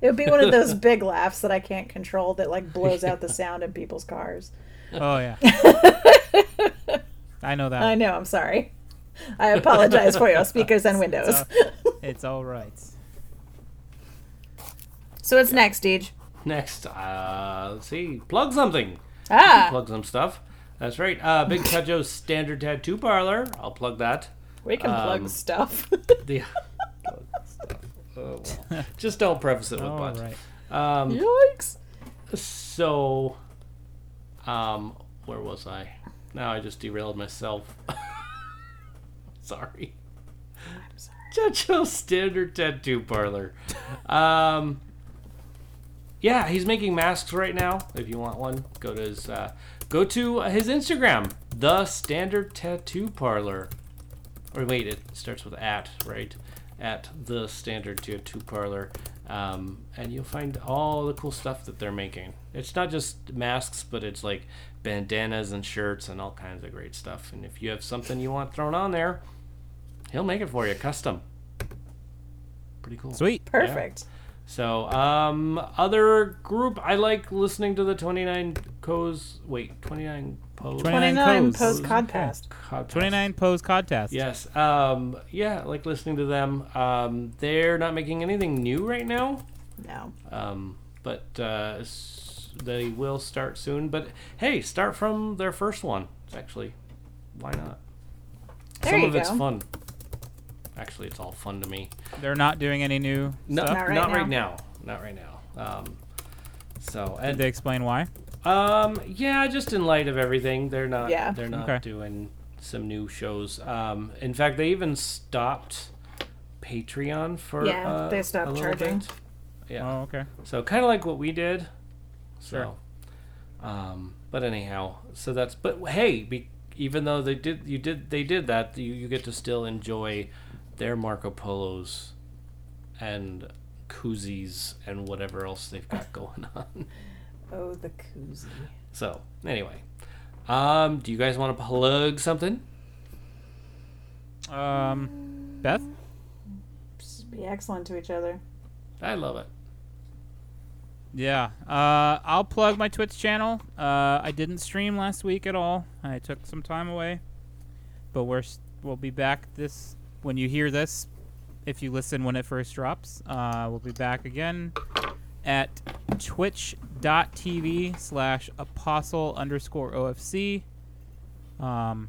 S3: it would be one of those big laughs that I can't control that like blows out the sound in people's cars.
S4: Oh yeah. I know that.
S3: I
S4: one.
S3: know. I'm sorry. I apologize for your speakers and windows.
S4: It's all right.
S3: so what's next, Deej?
S2: Next, uh, let's see. Plug something.
S3: Ah,
S2: Plug some stuff. That's right. Uh, Big Cujo's Standard Tattoo Parlor. I'll plug that.
S3: we can
S2: um,
S3: plug stuff.
S2: The plug stuff. Oh, well. Just don't preface it with
S4: All
S2: but.
S4: right.
S2: Um,
S3: Yikes!
S2: So, um, where was I? Now I just derailed myself. sorry. Jojo's Standard Tattoo Parlor. Um, yeah, he's making masks right now. If you want one, go to his uh, go to his Instagram, the Standard Tattoo Parlor. Or wait, it starts with at right at the Standard Tattoo Parlor, um, and you'll find all the cool stuff that they're making. It's not just masks, but it's like bandanas and shirts and all kinds of great stuff. And if you have something you want thrown on there, he'll make it for you, custom. Pretty cool.
S4: Sweet.
S3: Perfect.
S2: So, um, other group, I like listening to the 29 Co's. Wait, 29 Po's.
S4: 29
S3: Twenty nine
S4: Co's.
S3: post podcast.
S2: Cod-
S4: Twenty nine pose contest.
S2: Yes. Um, yeah, I like listening to them. Um, they're not making anything new right now,
S3: No.
S2: um, but uh, s- they will start soon. But hey, start from their first one. It's actually, why not?
S3: There
S2: Some
S3: you
S2: of it's
S3: go.
S2: fun. Actually, it's all fun to me.
S4: They're not doing any new
S2: No,
S4: stuff.
S3: Not right
S2: not
S3: now.
S2: right now. Not right now. Um, so
S4: Did
S2: and
S4: they explain why?
S2: Um, yeah, just in light of everything, they're not.
S3: Yeah.
S2: They're not
S4: Okay.
S2: doing some new shows. Um, in fact, they even stopped Patreon for.
S3: Yeah,
S2: uh,
S3: they stopped
S2: a little
S3: charging.
S2: bit. Yeah.
S4: Oh, okay.
S2: So kind of like what we did.
S4: Sure.
S2: So, um, but anyhow, so that's. But hey, be, even though they did, you did, they did that. You, you get to still enjoy their Marco Polos, and koozies and whatever else they've got going on.
S3: Oh, the koozie.
S2: So anyway, um, do you guys want to plug something?
S4: Um, Beth.
S3: Just be excellent to each other.
S2: I love it.
S4: Yeah. Uh, I'll plug my Twitch channel. Uh, I didn't stream last week at all. I took some time away, but we're s- we'll be back this when you hear this. If you listen when it first drops, uh, we'll be back again at twitch.tv slash apostle underscore OFC. Um,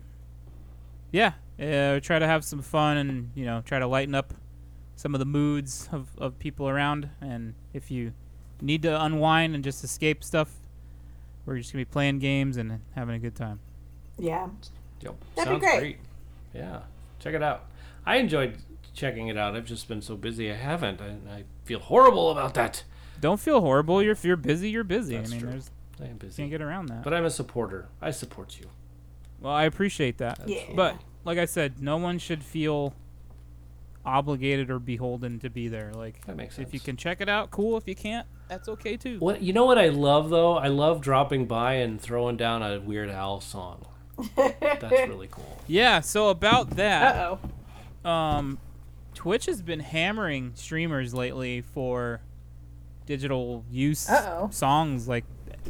S4: yeah, uh, try to have some fun and, you know, try to lighten up some of the moods of, of people around. And if you need to unwind and just escape stuff, we're just gonna be playing games and having a good time.
S3: Yeah.
S2: Yep.
S3: That'd be great.
S2: Yeah, check it out. I enjoyed checking it out. I've just been so busy. I haven't, and I feel horrible about that.
S4: Don't feel horrible. You're if you're busy, you're busy.
S2: That's
S4: I mean,
S2: true.
S4: there's
S2: I am
S4: can't
S2: busy,
S4: get around that.
S2: but I'm a supporter. I support you.
S4: well, I appreciate that.
S3: Yeah.
S4: But like I said, no one should feel obligated or beholden to be there. Like
S2: That makes
S4: if you
S2: sense.
S4: can check it out, cool. If you can't, that's okay too.
S2: What you know? What I love though, I love dropping by and throwing down a Weird Al song. That's really cool.
S4: Yeah. So about that.
S3: Uh oh.
S4: um, Twitch has been hammering streamers lately for digital use
S3: Uh-oh.
S4: songs, like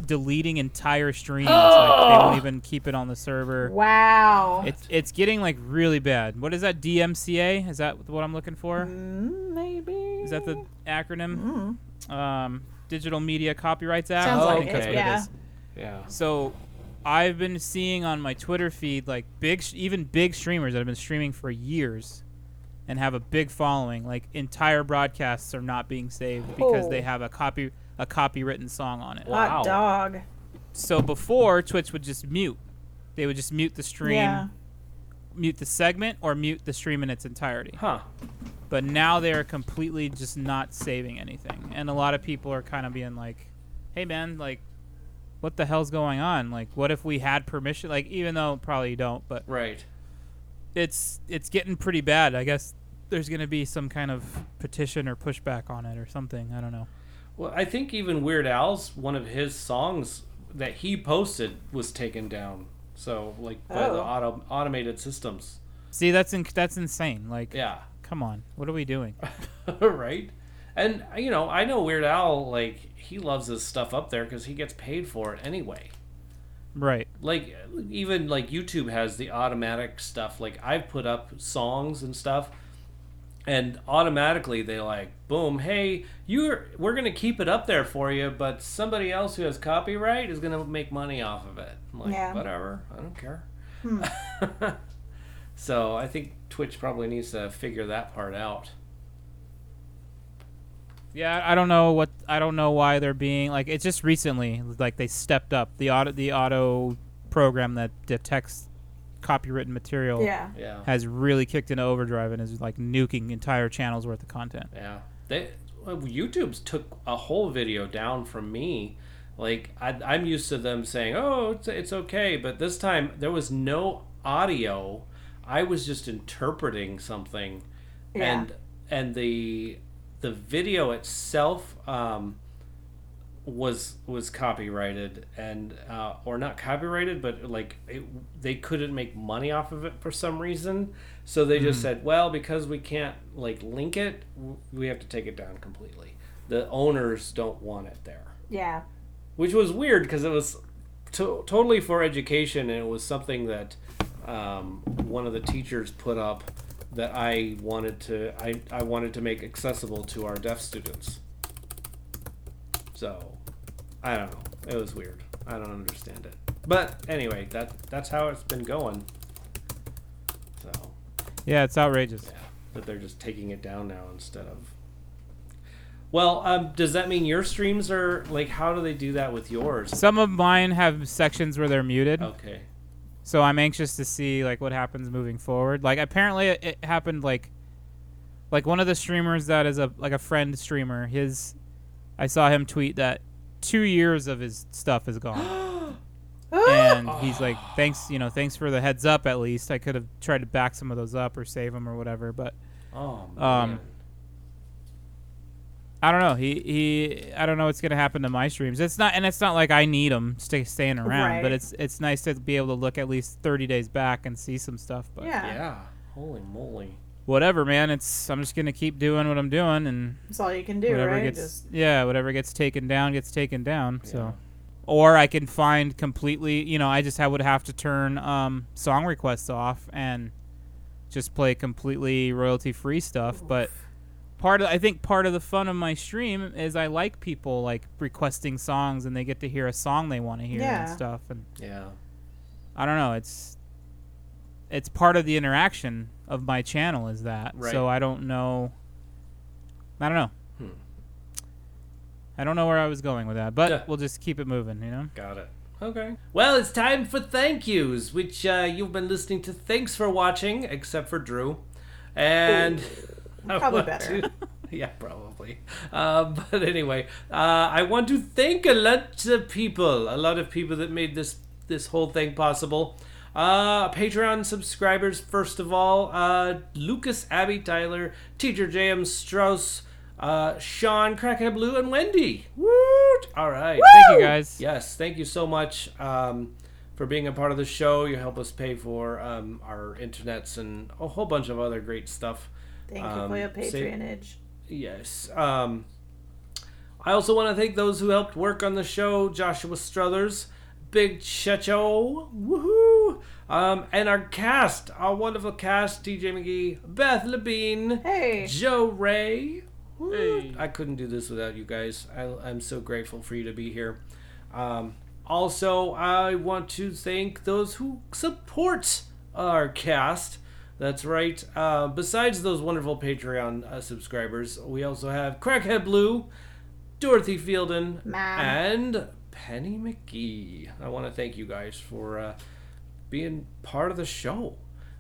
S4: deleting entire streams. Like
S3: Oh!
S4: they won't even keep it on the server.
S3: Wow.
S4: It's it's getting like really bad. What is that DMCA? Is that what I'm looking for?
S3: Mm, maybe.
S4: Is that the acronym? Um, Digital Media Copyrights Act.
S3: Mm-hmm. Sounds
S4: I
S2: like
S4: think
S2: it,
S4: that's what
S3: yeah.
S4: is.
S8: Yeah.
S4: So I've been seeing on my Twitter feed like big, even big streamers that have been streaming for years and have a big following. Like entire broadcasts are not being saved because they
S3: Oh.
S4: have a copy a copywritten song on it.
S8: Wow.
S3: Hot dog.
S4: So before Twitch would just mute, they would just mute the stream,
S3: Yeah.
S4: mute the segment, or mute the stream in its entirety.
S8: Huh.
S4: But now they are completely just not saving anything, and a lot of people are kind of being like, "Hey man, like, what the hell's going on? Like, what if we had permission? Like, even though probably you don't, but
S2: Right.
S4: it's it's getting pretty bad. I guess there's gonna be some kind of petition or pushback on it or something. I don't know.
S2: Well, I think even Weird Al's one of his songs that he posted was taken down. So like by the
S3: Oh.
S2: auto- automated systems.
S4: See, that's in- that's insane. Like,
S2: Yeah.
S4: come on, what are we doing?
S2: right? And you know, I know Weird Al like he loves his stuff up there because he gets paid for it anyway.
S4: right.
S2: Like even like YouTube has the automatic stuff. Like I've put up songs and stuff, and automatically they like boom, hey, you're we're gonna keep it up there for you, but somebody else who has copyright is gonna make money off of it. I'm like
S3: Yeah.
S2: whatever, I don't care. so I think Twitch probably needs to figure that part out.
S4: Yeah, I don't know what I don't know why they're being like. It's just recently, like they stepped up the auto the auto program that detects copywritten material
S3: Yeah.
S2: Yeah.
S4: has really kicked into overdrive and is like nuking entire channels worth of content.
S2: Yeah, they well, YouTube's took a whole video down from me. Like I, I'm used to them saying, "Oh, it's it's okay," but this time there was no audio. I was just interpreting something,
S3: Yeah.
S2: and and the the video itself um, was was copyrighted and uh, or not copyrighted, but like it, they couldn't make money off of it for some reason. So they just said, well, because we can't like link it, w- we have to take it down completely. The owners don't want it there,
S3: Yeah.
S2: which was weird because it was to- totally for education and it was something that um, one of the teachers put up that I wanted to I, I wanted to make accessible to our deaf students. So I don't know. It was weird. I don't understand it. But anyway, that that's how it's been going. So
S4: Yeah, it's outrageous.
S2: that they're just taking it down now instead of. Well, um, does that mean your streams are like? How do they do that with yours?
S4: Some of mine have sections where they're muted,
S2: Okay.
S4: so I'm anxious to see like what happens moving forward. Like apparently it, it happened like like one of the streamers that is a like a friend streamer, his I saw him tweet that 2 years of his stuff is gone. and he's like thanks, you know, thanks for the heads up at least. I could have tried to back some of those up or save them or whatever, but
S2: Oh man.
S4: Um, I don't know. He he. I don't know what's gonna happen to my streams. It's not, and it's not like I need them stay, staying around.
S3: Right.
S4: But it's it's nice to be able to look at least thirty days back and see some stuff. But
S3: Yeah.
S2: yeah. Holy moly.
S4: whatever, man. It's I'm just gonna keep doing what I'm doing, and
S3: That's all you can do,
S4: whatever
S3: right?
S4: gets
S3: Just
S4: yeah, whatever gets taken down gets taken down. So, or I can find completely. You know, I just have, would have to turn um, song requests off and just play completely royalty free stuff. But part of I think part of the fun of my stream is I like people like requesting songs and they get to hear a song they want to hear
S3: Yeah.
S4: and stuff. And
S2: Yeah.
S4: I don't know. It's it's part of the interaction of my channel is that.
S2: Right.
S4: So I don't know. I don't know.
S2: Hmm.
S4: I don't know where I was going with that, but
S2: Yeah.
S4: we'll just keep it moving. You know.
S2: Got it. Okay. Well, it's time for thank yous, which uh, you've been listening to. Thanks for watching, except for Drew. And. I
S3: Probably
S2: want
S3: better.
S2: to- yeah, probably. Uh, but anyway, uh, I want to thank a lot of people, a lot of people that made this this whole thing possible. Uh, Patreon subscribers, first of all, uh, Lucas, Abby, Tyler, Teacher J.M. Strauss, uh, Sean, Crackhead Blue, and Wendy. Woot! All right.
S4: Thank you guys.
S2: Yes, thank you so much um, for being a part of the show. You help us pay for um, our internets and a whole bunch of other great stuff.
S3: thank you
S2: Um,
S3: for your
S2: say-
S3: patronage.
S2: Yes. Um, I also want to thank those who helped work on the show Joshua Struthers, Big Checho, woohoo! Um, and our cast, our wonderful cast DJ McGee, Beth Labine,
S3: Hey.
S2: Joe Ray. Woo. I couldn't do this without you guys. I, I'm so grateful for you to be here. Um, Also, I want to thank those who support our cast. That's right. Uh, besides those wonderful Patreon uh, subscribers, we also have Crackhead Blue, Dorothy Fielden,
S3: Ma'am.
S2: and Penny McGee. I want to thank you guys for uh, being part of the show.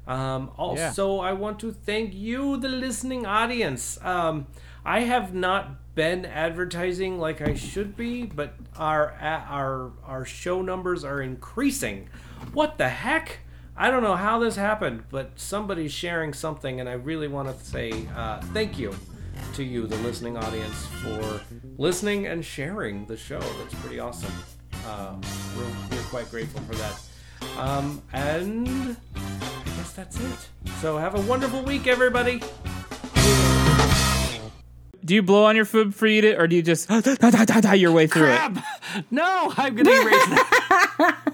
S2: Um, also, I want to thank you, the listening audience. Um, I have not been advertising like I should be, but our our our show numbers are increasing. What the heck? I don't know how this happened, but somebody's sharing something, and I really want to say uh, thank you to you, the listening audience, for listening and sharing the show. That's pretty awesome. Uh, we're, we're quite grateful for that. Um, and I guess that's it. So have a wonderful week, everybody.
S4: Do you blow on your food before you eat it, or do you just your way through it?
S9: No, I'm gonna erase that.